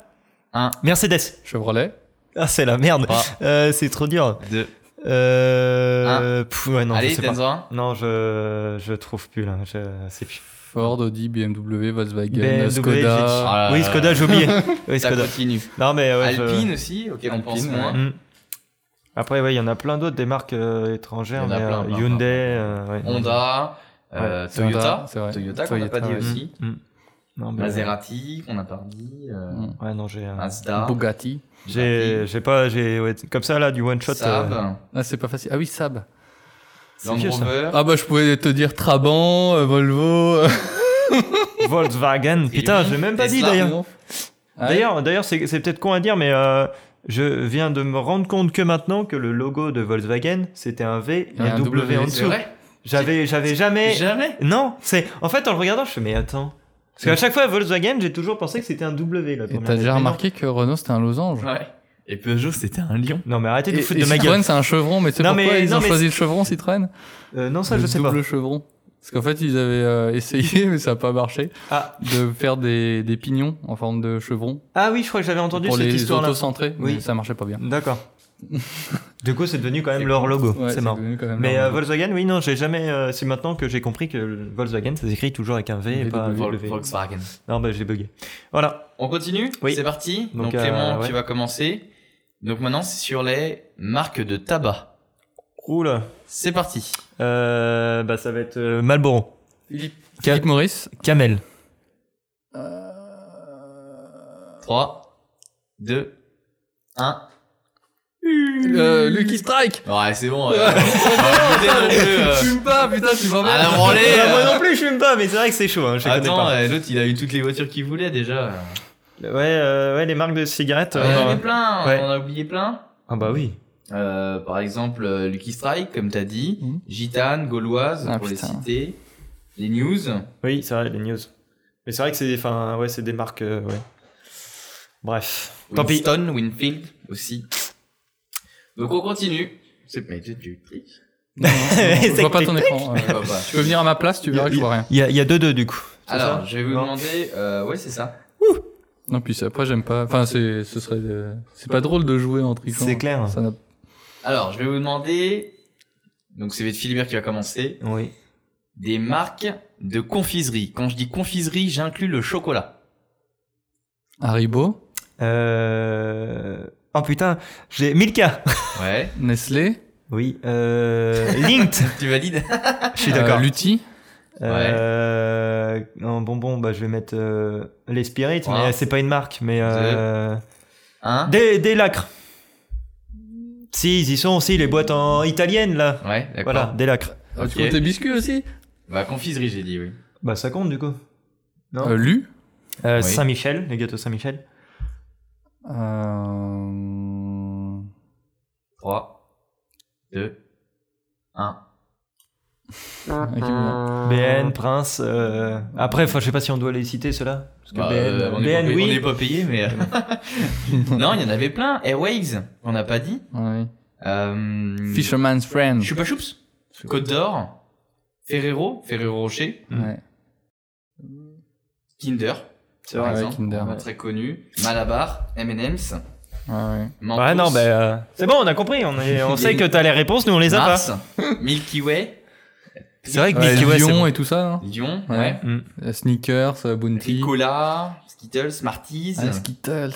Speaker 1: un.
Speaker 5: Mercedes.
Speaker 2: Chevrolet,
Speaker 5: Ah, c'est la merde.
Speaker 1: 3,
Speaker 5: Euh, c'est trop dur.
Speaker 1: 2.
Speaker 5: Euh, pff, ouais, non,
Speaker 1: Ah. Allez,
Speaker 5: je sais pas.
Speaker 1: Tenzin.
Speaker 5: Non, je, je trouve plus là. Je sais plus. Ben,
Speaker 2: Ford, Audi, BMW, Volkswagen,
Speaker 5: BMW, j'ai dit.
Speaker 2: Skoda,
Speaker 1: Ah là
Speaker 5: oui,
Speaker 1: là
Speaker 5: Skoda, j'ai oublié.
Speaker 1: [LAUGHS]
Speaker 5: Oui,
Speaker 1: Ça
Speaker 5: Skoda.
Speaker 1: continue.
Speaker 5: Non, mais Ah ouais, je-
Speaker 1: Alpine hein. aussi. Ok, on pense
Speaker 2: Alpine,
Speaker 1: moins.
Speaker 5: Mm. Après, ouais, il y en a plein d'autres des marques euh, étrangères.
Speaker 1: Il y en a
Speaker 5: mais,
Speaker 1: plein,
Speaker 5: euh,
Speaker 1: plein,
Speaker 5: Hyundai.
Speaker 1: plein.
Speaker 5: euh, ouais.
Speaker 1: Honda, euh,
Speaker 2: Ouais,
Speaker 1: Toyota,
Speaker 2: Honda, c'est vrai.
Speaker 1: Toyota qu'on n'a pas
Speaker 2: Toyota,
Speaker 1: dit
Speaker 2: ouais.
Speaker 1: aussi,
Speaker 5: Mm. Non, mais-
Speaker 1: Maserati qu'on n'a pas dit, euh,
Speaker 2: Mm.
Speaker 5: Ouais, non, j'ai. euh,
Speaker 1: Mazda,
Speaker 2: Bugatti.
Speaker 5: J'ai, j'ai pas, j'ai, ouais, comme ça là, du one shot.
Speaker 1: Saab,
Speaker 5: euh,
Speaker 2: Ah, c'est pas facile. Ah oui, Saab.
Speaker 5: c'est
Speaker 1: Land
Speaker 5: vieux, ça.
Speaker 1: Rover,
Speaker 2: Ah bah, je pouvais te dire Trabant, euh, Volvo. euh,
Speaker 1: [LAUGHS]
Speaker 5: Volkswagen. Putain,
Speaker 1: Triumph,
Speaker 5: j'ai même pas dit
Speaker 1: Tesla.
Speaker 5: d'ailleurs.
Speaker 2: non. Ah,
Speaker 5: [LAUGHS] D'ailleurs, d'ailleurs, c'est c'est peut-être con à dire, mais euh, je viens de me rendre compte que maintenant que le logo de Volkswagen, c'était un V et un, w, en
Speaker 1: c'est
Speaker 5: dessous.
Speaker 1: vrai
Speaker 5: J'avais, j'avais jamais.
Speaker 1: Jamais
Speaker 5: Non, c'est. En fait, en le regardant, je fais mais attends. Parce qu'à chaque fois Volkswagen, j'ai toujours pensé que c'était un W la
Speaker 2: Et
Speaker 5: première
Speaker 2: t'as
Speaker 5: fois.
Speaker 2: déjà
Speaker 5: Mais non.
Speaker 2: remarqué que Renault, c'était un losange.
Speaker 1: Ouais. Et Peugeot, c'était un lion.
Speaker 5: Non, mais arrêtez de
Speaker 2: Et,
Speaker 5: foutre
Speaker 2: et
Speaker 5: de ma gueule.
Speaker 2: Citroën, c'est un chevron, mais tu sais
Speaker 5: Non,
Speaker 2: pourquoi
Speaker 5: mais-
Speaker 2: ils
Speaker 5: non,
Speaker 2: ont
Speaker 5: mais
Speaker 2: choisi le chevron, Citroën
Speaker 5: Euh, non, ça
Speaker 2: le
Speaker 5: je sais pas.
Speaker 2: double chevron. Parce qu'en fait, ils avaient euh, [LAUGHS] essayé, mais ça n'a pas marché,
Speaker 5: Ah.
Speaker 2: de faire des, des pignons en forme de chevron
Speaker 5: Ah oui, je crois que j'avais entendu
Speaker 2: pour
Speaker 5: cette
Speaker 2: les
Speaker 5: histoire-là.
Speaker 2: auto-centrés, mais
Speaker 5: Oui.
Speaker 2: ça marchait pas bien.
Speaker 5: D'accord. du coup, c'est devenu quand même
Speaker 1: C'est
Speaker 5: leur logo.
Speaker 2: Ouais,
Speaker 5: c'est marrant.
Speaker 2: devenu quand même
Speaker 5: Mais
Speaker 2: leur-
Speaker 5: euh, Volkswagen, oui, non, j'ai jamais. euh, c'est maintenant que j'ai compris que le Volkswagen, ça s'écrit toujours avec un V et
Speaker 2: VW.
Speaker 5: pas un
Speaker 1: Vol-
Speaker 5: W.
Speaker 1: Volkswagen.
Speaker 5: Non, bah j'ai bugué. Voilà.
Speaker 1: On continue
Speaker 5: Oui.
Speaker 1: C'est parti Donc,
Speaker 5: Donc,
Speaker 1: Clément,
Speaker 5: euh,
Speaker 1: tu
Speaker 5: ouais.
Speaker 1: vas commencer. Donc maintenant, c'est sur les marques de tabac.
Speaker 5: Oula.
Speaker 1: C'est parti.
Speaker 5: Euh, bah ça va être euh, Marlboro,
Speaker 2: Philippe, Philippe Maurice,
Speaker 5: Camel,
Speaker 1: 3, 2, 1.
Speaker 2: Euh, Lucky Strike
Speaker 1: Ouais, c'est bon. euh, on va goûter non plus, euh,
Speaker 2: Tu me pas, putain, tu
Speaker 5: [LAUGHS]
Speaker 1: à
Speaker 2: m'emmerdes.
Speaker 1: la branlée.
Speaker 5: Ah, moi
Speaker 1: euh.
Speaker 5: non plus, je fume pas, mais c'est vrai que c'est chaud. Hein, je les connais
Speaker 1: Attends,
Speaker 5: pas.
Speaker 1: euh, l'autre il a eu toutes les voitures qu'il voulait déjà.
Speaker 5: Ouais, euh, ouais, les marques de cigarettes.
Speaker 1: il y en
Speaker 5: euh,
Speaker 1: avait plein, hein.
Speaker 5: Ouais.
Speaker 1: on en a oublié plein.
Speaker 5: Ah bah oui.
Speaker 1: Euh, par exemple, euh, Lucky Strike, comme t'as dit,
Speaker 2: Mhm.
Speaker 1: Gitane, Gauloise,
Speaker 2: Ah,
Speaker 1: pour les
Speaker 2: putain.
Speaker 1: citer, les News.
Speaker 5: Oui, c'est vrai, les news. Mais c'est vrai que c'est, enfin, ouais, c'est des marques, euh, ouais. Bref. Tant pis.
Speaker 1: Winston, Winfield aussi. Donc on continue. C'est mais tu- tu- tu-
Speaker 2: Non, non, Je vois pas ton
Speaker 1: [LAUGHS]
Speaker 2: écran.
Speaker 1: je
Speaker 2: euh.
Speaker 1: vois pas.
Speaker 2: Tu peux venir à ma place, tu verras que je vois rien.
Speaker 5: Il y a, il y a deux deux du coup. C'est
Speaker 1: Alors,
Speaker 5: ça
Speaker 1: je vais vous
Speaker 5: Non.
Speaker 1: demander. Euh, ouais, c'est ça.
Speaker 2: Non, puis c'est- après, j'aime pas. Enfin, c'est, ce serait. euh, C'est pas drôle de jouer en trichant.
Speaker 5: C'est clair. hein.
Speaker 2: Ça n'a-
Speaker 1: Alors, je vais vous demander. Donc c'est Philibert qui va commencer.
Speaker 5: Oui.
Speaker 1: Des marques de confiserie. Quand je dis confiserie, j'inclus le chocolat.
Speaker 2: Haribo,
Speaker 5: Euh... Oh putain, j'ai Milka.
Speaker 1: Ouais.
Speaker 2: Nestlé,
Speaker 5: Oui. Euh... Linked.
Speaker 1: [LAUGHS] tu valides
Speaker 5: Je suis d'accord.
Speaker 2: euh, Lutti.
Speaker 5: Euh... En bonbon, bah je vais mettre euh, les Spirits, mais
Speaker 1: Ouais.
Speaker 5: euh, c'est pas une marque, mais euh...
Speaker 1: Hein
Speaker 5: des des lacres. Si, ils y sont aussi les boîtes en italienne là.
Speaker 1: Ouais, d'accord.
Speaker 5: Voilà, des lacres.
Speaker 2: Ah, Tu
Speaker 1: Ok.
Speaker 2: comptes tes biscuits aussi
Speaker 1: Bah confiserie, j'ai dit oui.
Speaker 5: Bah ça compte du coup. Non.
Speaker 2: euh, Lu.
Speaker 5: Euh,
Speaker 1: Oui.
Speaker 5: Saint-Michel, les gâteaux Saint-Michel.
Speaker 2: Euh...
Speaker 1: 3, 2, 1.
Speaker 2: ok, bien.
Speaker 5: BN, Prince. euh, Après, enfin, je sais pas si on doit les citer ceux-là. Parce que BN,
Speaker 1: Bah, euh, on
Speaker 5: BN,
Speaker 1: n'est pas, payé- on
Speaker 5: oui.
Speaker 1: est pas payé, mais. euh,
Speaker 5: [LAUGHS]
Speaker 1: non, il y en avait plein. Airwaves, on n'a pas dit.
Speaker 2: Ouais.
Speaker 5: Hmm.
Speaker 1: Euh...
Speaker 2: Fisherman's Friend.
Speaker 1: Chupa Chups, Côte d'Or, Ferrero, Ferrero Rocher,
Speaker 2: Ouais.
Speaker 1: Kinder,
Speaker 5: C'est
Speaker 1: par
Speaker 2: Ouais,
Speaker 1: exemple,
Speaker 2: Kinder.
Speaker 1: pas très connu, Malabar, M&M's,
Speaker 2: Ouais, ouais.
Speaker 1: Mentos,
Speaker 5: Ouais, non, bah, euh, c'est bon, on a compris. On, est-
Speaker 1: [LAUGHS]
Speaker 5: on sait que t'as les réponses, nous on les a pas.
Speaker 1: Mars, Milky Way,
Speaker 5: C'est vrai que
Speaker 2: Ouais,
Speaker 5: Milky Way, c'est
Speaker 2: Lion
Speaker 5: bon. Hmm.
Speaker 2: et tout ça, non
Speaker 1: Lyon,
Speaker 2: Ouais.
Speaker 1: ouais.
Speaker 2: Euh, Sneakers, euh, Bounty.
Speaker 1: Ricola, Skittles, Smarties,
Speaker 2: Ah, Skittles.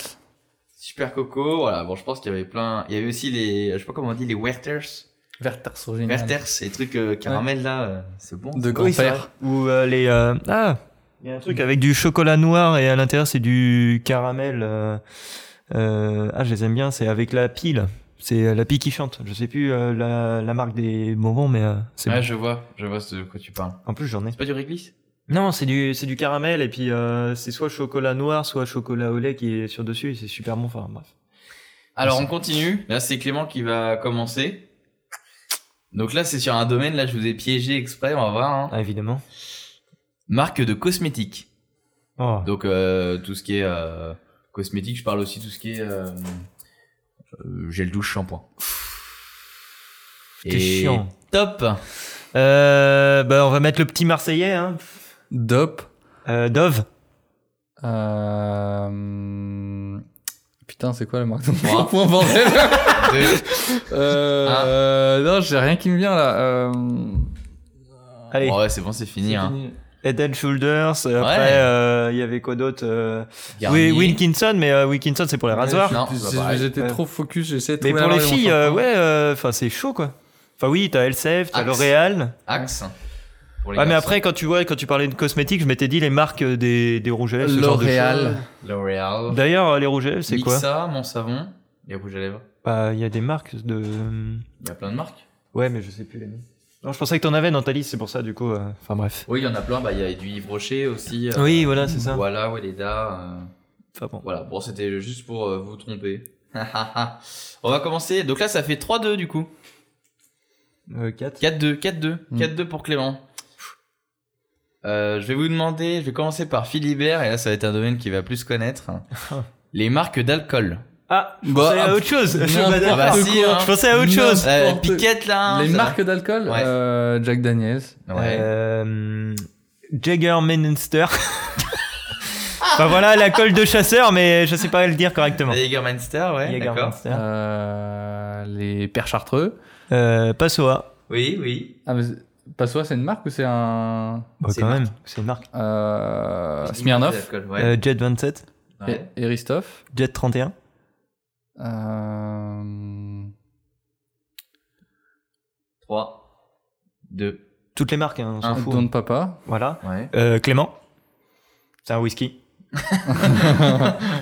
Speaker 1: Super Coco, voilà. Bon, je pense qu'il y avait plein. Il y avait aussi les, je sais pas comment on dit, les Werthers.
Speaker 2: Werther's, c'est génial.
Speaker 1: Werther, ces trucs euh, caramel là, euh, c'est bon.
Speaker 2: De
Speaker 5: Oui, c'est vrai.
Speaker 2: grand-père.
Speaker 5: Ou euh, les. euh, Ah Il y a un truc avec du chocolat noir et à l'intérieur, c'est du caramel. euh, euh, Ah, je les aime bien, c'est avec la pile. C'est euh, la pile qui chante. Je sais plus euh, la, la marque des bonbons, mais euh, c'est
Speaker 1: Ouais,
Speaker 5: bon.
Speaker 1: je vois, je vois ce de quoi tu parles.
Speaker 5: En plus, j'en ai.
Speaker 1: C'est pas du réglisse
Speaker 5: Non, c'est du, c'est du caramel et puis euh, c'est soit chocolat noir, soit chocolat au lait qui est sur dessus et c'est super bon. Enfin bref.
Speaker 1: Alors on continue. Là, c'est Clément qui va commencer. Donc là, c'est sur un domaine. Là, je vous ai piégé exprès. On va voir. hein.
Speaker 5: Ah, évidemment.
Speaker 1: Marque de cosmétiques.
Speaker 5: Oh.
Speaker 1: Donc euh, tout ce qui est euh, cosmétique. Je parle aussi tout ce qui est euh, euh, gel douche, shampoing.
Speaker 5: T'es chiant.
Speaker 2: [LAUGHS]
Speaker 1: Top.
Speaker 5: Euh, bah, on va mettre le petit Marseillais, hein.
Speaker 2: Dope.
Speaker 5: Euh, Dove.
Speaker 2: Euh... Putain, c'est quoi la marque de
Speaker 1: Trois.
Speaker 2: [LAUGHS] shampoing, bordel
Speaker 1: Deux.
Speaker 2: Euh,
Speaker 1: Ah.
Speaker 2: euh, Non, j'ai rien qui me vient là. Euh...
Speaker 5: Allez.
Speaker 1: ouais, c'est bon, c'est fini.
Speaker 2: c'est
Speaker 1: hein.
Speaker 2: fini.
Speaker 5: Head and Shoulders. euh,
Speaker 1: Ouais.
Speaker 5: Après, euh, il y avait quoi d'autre euh,
Speaker 1: Garnier.
Speaker 5: Oui, Wilkinson, mais euh, Wilkinson c'est pour les rasoirs.
Speaker 1: Non,
Speaker 2: Plus-
Speaker 1: c'est pas pareil.
Speaker 2: J'étais
Speaker 5: Ouais.
Speaker 2: trop focus, j'essayais de
Speaker 5: mais
Speaker 2: trouver
Speaker 5: pour
Speaker 2: la hein.
Speaker 5: les
Speaker 2: marque de mon
Speaker 5: filles, euh,
Speaker 2: shampoing.
Speaker 5: ouais, euh, enfin c'est chaud quoi. Enfin oui, t'as LCF, t'as
Speaker 1: Axe.
Speaker 5: L'Oréal.
Speaker 1: Axe. Pour les
Speaker 5: Ah mais
Speaker 1: garçons.
Speaker 5: après quand tu vois, quand tu parlais de cosmétiques, je m'étais dit les marques euh, des, des rouges à lèvres. ce genre de
Speaker 2: L'Oréal.
Speaker 1: L'Oréal.
Speaker 5: choses. D'ailleurs, euh, les rouges à lèvres, c'est quoi
Speaker 1: ça, mon savon, les rouges à lèvres.
Speaker 5: Bah, il y a des marques de. euh,
Speaker 1: Il y a plein de marques.
Speaker 5: Ouais, mais je sais plus les noms. Non, je pensais que t'en avais dans ta liste, c'est pour ça, du coup. euh, Enfin, bref.
Speaker 1: Oui, il y en a plein. Bah, il y a du Yves Rocher aussi. euh,
Speaker 5: Oui, voilà, c'est ça.
Speaker 1: Voilà, Weleda. euh,
Speaker 5: Enfin, bon.
Speaker 1: voilà, bon, c'était juste pour euh, vous tromper. [LAUGHS] On va commencer. Donc là, ça fait 3-2 du coup.
Speaker 5: Euh, 4.
Speaker 1: 4-2, 4-2.
Speaker 5: Hmm.
Speaker 2: Mm.
Speaker 1: 4-2 pour Clément. Euh, je vais vous demander, je vais commencer par Philibert, et là ça va être un domaine qu'il va plus
Speaker 5: [LAUGHS]
Speaker 1: connaître. Les marques d'alcool.
Speaker 5: Ah, je
Speaker 2: Bah,
Speaker 5: pensais à
Speaker 2: ah,
Speaker 5: autre chose. [LAUGHS] Je, suis pas
Speaker 2: n'importe
Speaker 5: d'accord.
Speaker 1: Ah bah si,
Speaker 2: quoi.
Speaker 1: hein.
Speaker 5: Je pensais à autre
Speaker 2: Non.
Speaker 5: chose.
Speaker 1: Euh,
Speaker 2: Porte-
Speaker 1: piquette là.
Speaker 5: Ah,
Speaker 1: hein,
Speaker 2: Les
Speaker 1: ça-
Speaker 2: marques d'alcool
Speaker 1: Ouais.
Speaker 2: euh, Jack Daniels.
Speaker 1: Ouais.
Speaker 5: Euh, Jagger Menenster. enfin, voilà, la colle de chasseur, mais je sais pas le dire correctement.
Speaker 1: Les Jägermeister, ouais.
Speaker 5: Jaeger
Speaker 1: D'accord.
Speaker 5: Menenster.
Speaker 2: Euh, les pères chartreux.
Speaker 5: Euh, Passoa.
Speaker 1: Oui, oui.
Speaker 2: Ah, mais c'est- Passoa, c'est une marque ou c'est un.
Speaker 5: Bah,
Speaker 1: C'est
Speaker 5: quand
Speaker 1: une
Speaker 5: même, c'est une marque.
Speaker 2: Euh,
Speaker 1: Des
Speaker 2: Smirnoff.
Speaker 1: d'alcool, ouais.
Speaker 5: Euh, Jet 27,
Speaker 1: Ouais.
Speaker 2: Et- Eristoff.
Speaker 5: Jet 31.
Speaker 2: Euh...
Speaker 1: 3, 2, Ah.
Speaker 5: Toutes les marques, hein, on s'en
Speaker 1: Un
Speaker 5: fout.
Speaker 2: Don Papa.
Speaker 5: Voilà.
Speaker 1: ouais. [LAUGHS]
Speaker 5: Euh, Clément. C'est un whisky.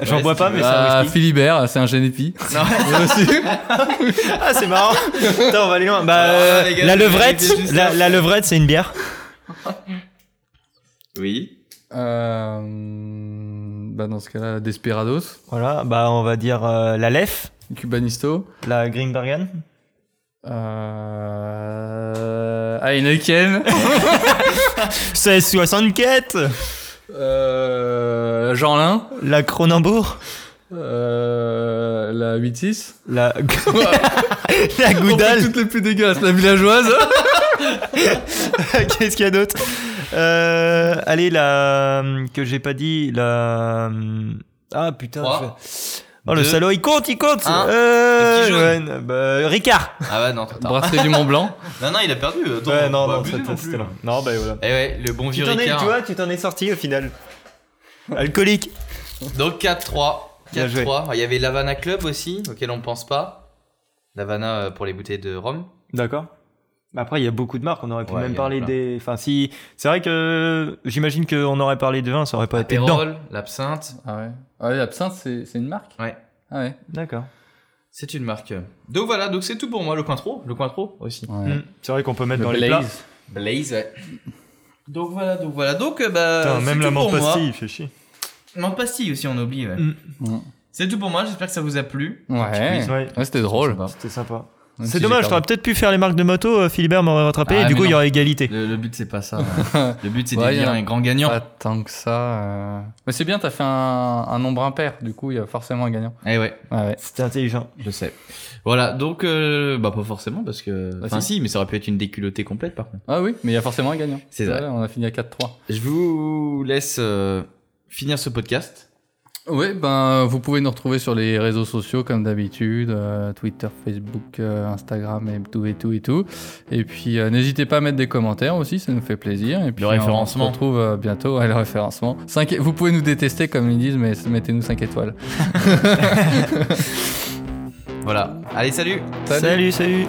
Speaker 5: J'en
Speaker 1: Ouais,
Speaker 5: bois
Speaker 1: si
Speaker 5: pas,
Speaker 1: tu
Speaker 5: mais
Speaker 1: veux.
Speaker 5: c'est un
Speaker 2: Ah,
Speaker 5: whisky.
Speaker 2: Philibert, c'est un génépi.
Speaker 5: Ah, c'est marrant. Putain, on va aller loin. Bah, euh,
Speaker 1: Ah, les gars,
Speaker 5: la
Speaker 1: vous
Speaker 5: levrette,
Speaker 1: méritez juste
Speaker 5: la,
Speaker 1: ça.
Speaker 5: la levrette, c'est une bière.
Speaker 1: Oui.
Speaker 2: Euh, bah dans ce cas-là, Desperados,
Speaker 5: Voilà, bah, on va dire euh, la lef,
Speaker 2: Cubanisto,
Speaker 5: la Greenbergen.
Speaker 2: euh, Heineken,
Speaker 5: 1664,
Speaker 2: euh, Jeanlin,
Speaker 5: la Cronenbourg,
Speaker 2: euh, la 8-6.
Speaker 5: la, [LAUGHS] la Goudal.
Speaker 2: Toutes les plus dégueulasses, la villageoise.
Speaker 5: [LAUGHS] Qu'est-ce qu'il y a d'autre Euh, Allez, la. hum, que j'ai pas dit, la. Ah putain.
Speaker 1: Trois,
Speaker 5: je- Oh, le
Speaker 1: deux,
Speaker 5: salaud, il compte, il compte
Speaker 1: un.
Speaker 5: Euh,
Speaker 1: Le petit jaune.
Speaker 5: ouais, bah, Ricard
Speaker 1: Ah bah non, trop tard.
Speaker 2: Brasserie du Mont Blanc.
Speaker 1: Non, non, il a perdu. Attends,
Speaker 5: Ouais,
Speaker 1: on
Speaker 5: non,
Speaker 1: peut
Speaker 5: non,
Speaker 1: abuser
Speaker 5: ça,
Speaker 1: non
Speaker 5: c'était
Speaker 1: plus.
Speaker 5: là. Non, bah voilà.
Speaker 1: Eh ouais, le bon
Speaker 5: Tu
Speaker 1: vieux
Speaker 5: t'en es, tu
Speaker 1: Ricard.
Speaker 5: vois, tu t'en es sorti au final. Alcoolique.
Speaker 1: Donc 4-3.
Speaker 5: Bien joué.
Speaker 1: 4-3. Il y avait l'Havana Club aussi, auquel on pense pas. L'Havana euh, pour les bouteilles de rhum.
Speaker 5: D'accord. Mais Après, il y a beaucoup de marques, on aurait pu
Speaker 1: Ouais, il
Speaker 5: même
Speaker 1: y en a
Speaker 5: parler
Speaker 1: plein.
Speaker 5: des. Enfin, si. C'est vrai que j'imagine qu'on aurait parlé de vin,
Speaker 1: Ah,
Speaker 5: ça aurait pas été dedans.
Speaker 1: Pérol, l'absinthe.
Speaker 2: Ah ouais. Ah ouais, l'absinthe, c'est c'est une marque
Speaker 1: Ouais.
Speaker 2: Ah ouais.
Speaker 5: D'accord.
Speaker 1: C'est une marque. Donc voilà, donc c'est tout pour moi. Le Cointreau, le Cointreau aussi.
Speaker 2: Ouais.
Speaker 5: Mm. C'est vrai qu'on peut mettre
Speaker 2: Le
Speaker 5: dans les plats.
Speaker 2: Blaze.
Speaker 1: Blaze, ouais. Donc voilà, donc voilà. Donc euh, bah.
Speaker 5: Putain,
Speaker 1: c'est
Speaker 5: même
Speaker 1: tout
Speaker 5: la mort
Speaker 1: pour moi.
Speaker 5: pastille, il fait chier.
Speaker 1: Menthe pastille aussi, on oublie. ouais.
Speaker 5: Mm.
Speaker 2: Mm.
Speaker 1: C'est tout pour moi, j'espère que ça vous a plu.
Speaker 2: Ouais.
Speaker 5: Ouais.
Speaker 2: Ouais, c'était drôle.
Speaker 5: C'était sympa.
Speaker 2: Même
Speaker 5: Ah. C'est
Speaker 2: si
Speaker 5: dommage,
Speaker 2: j'ai
Speaker 5: t'aurais
Speaker 2: perdu.
Speaker 5: peut-être pu faire les marques de moto, euh, Philibert m'aurait rattrapé,
Speaker 1: Ah,
Speaker 5: et du
Speaker 1: mais
Speaker 5: coup il y
Speaker 1: non.
Speaker 5: aurait égalité.
Speaker 1: Le, le but c'est pas
Speaker 2: [LAUGHS]
Speaker 1: ça. hein. le but c'est
Speaker 2: Ouais,
Speaker 1: d'élire
Speaker 2: y en a
Speaker 1: un grand gagnant.
Speaker 2: Pas tant que ça. euh. Mais c'est bien, t'as fait un, un nombre impair. Du coup, il y a forcément un gagnant.
Speaker 1: Eh ouais,
Speaker 2: Ah ouais.
Speaker 5: C'était intelligent.
Speaker 1: je sais. Voilà, donc euh, bah pas forcément parce que.
Speaker 2: Bah,
Speaker 1: enfin
Speaker 2: si.
Speaker 1: si, mais ça aurait pu être une déculottée complète par contre.
Speaker 2: Ah oui, mais il y a forcément un gagnant.
Speaker 1: C'est
Speaker 2: Ouais,
Speaker 1: vrai.
Speaker 2: on a fini à 4-3.
Speaker 1: Je vous laisse euh, finir ce podcast.
Speaker 2: Oui, ben, vous pouvez nous retrouver sur les réseaux sociaux comme d'habitude, euh, Twitter, Facebook, euh, Instagram et tout et tout et tout. Et puis euh, n'hésitez pas à mettre des commentaires aussi, ça nous fait plaisir. Et puis euh,
Speaker 1: référencement.
Speaker 2: on se retrouve euh, bientôt à le référencement. Cinq é- vous pouvez nous détester comme ils disent, mais mettez-nous 5 étoiles.
Speaker 1: Voilà. Allez, salut
Speaker 5: salut. salut.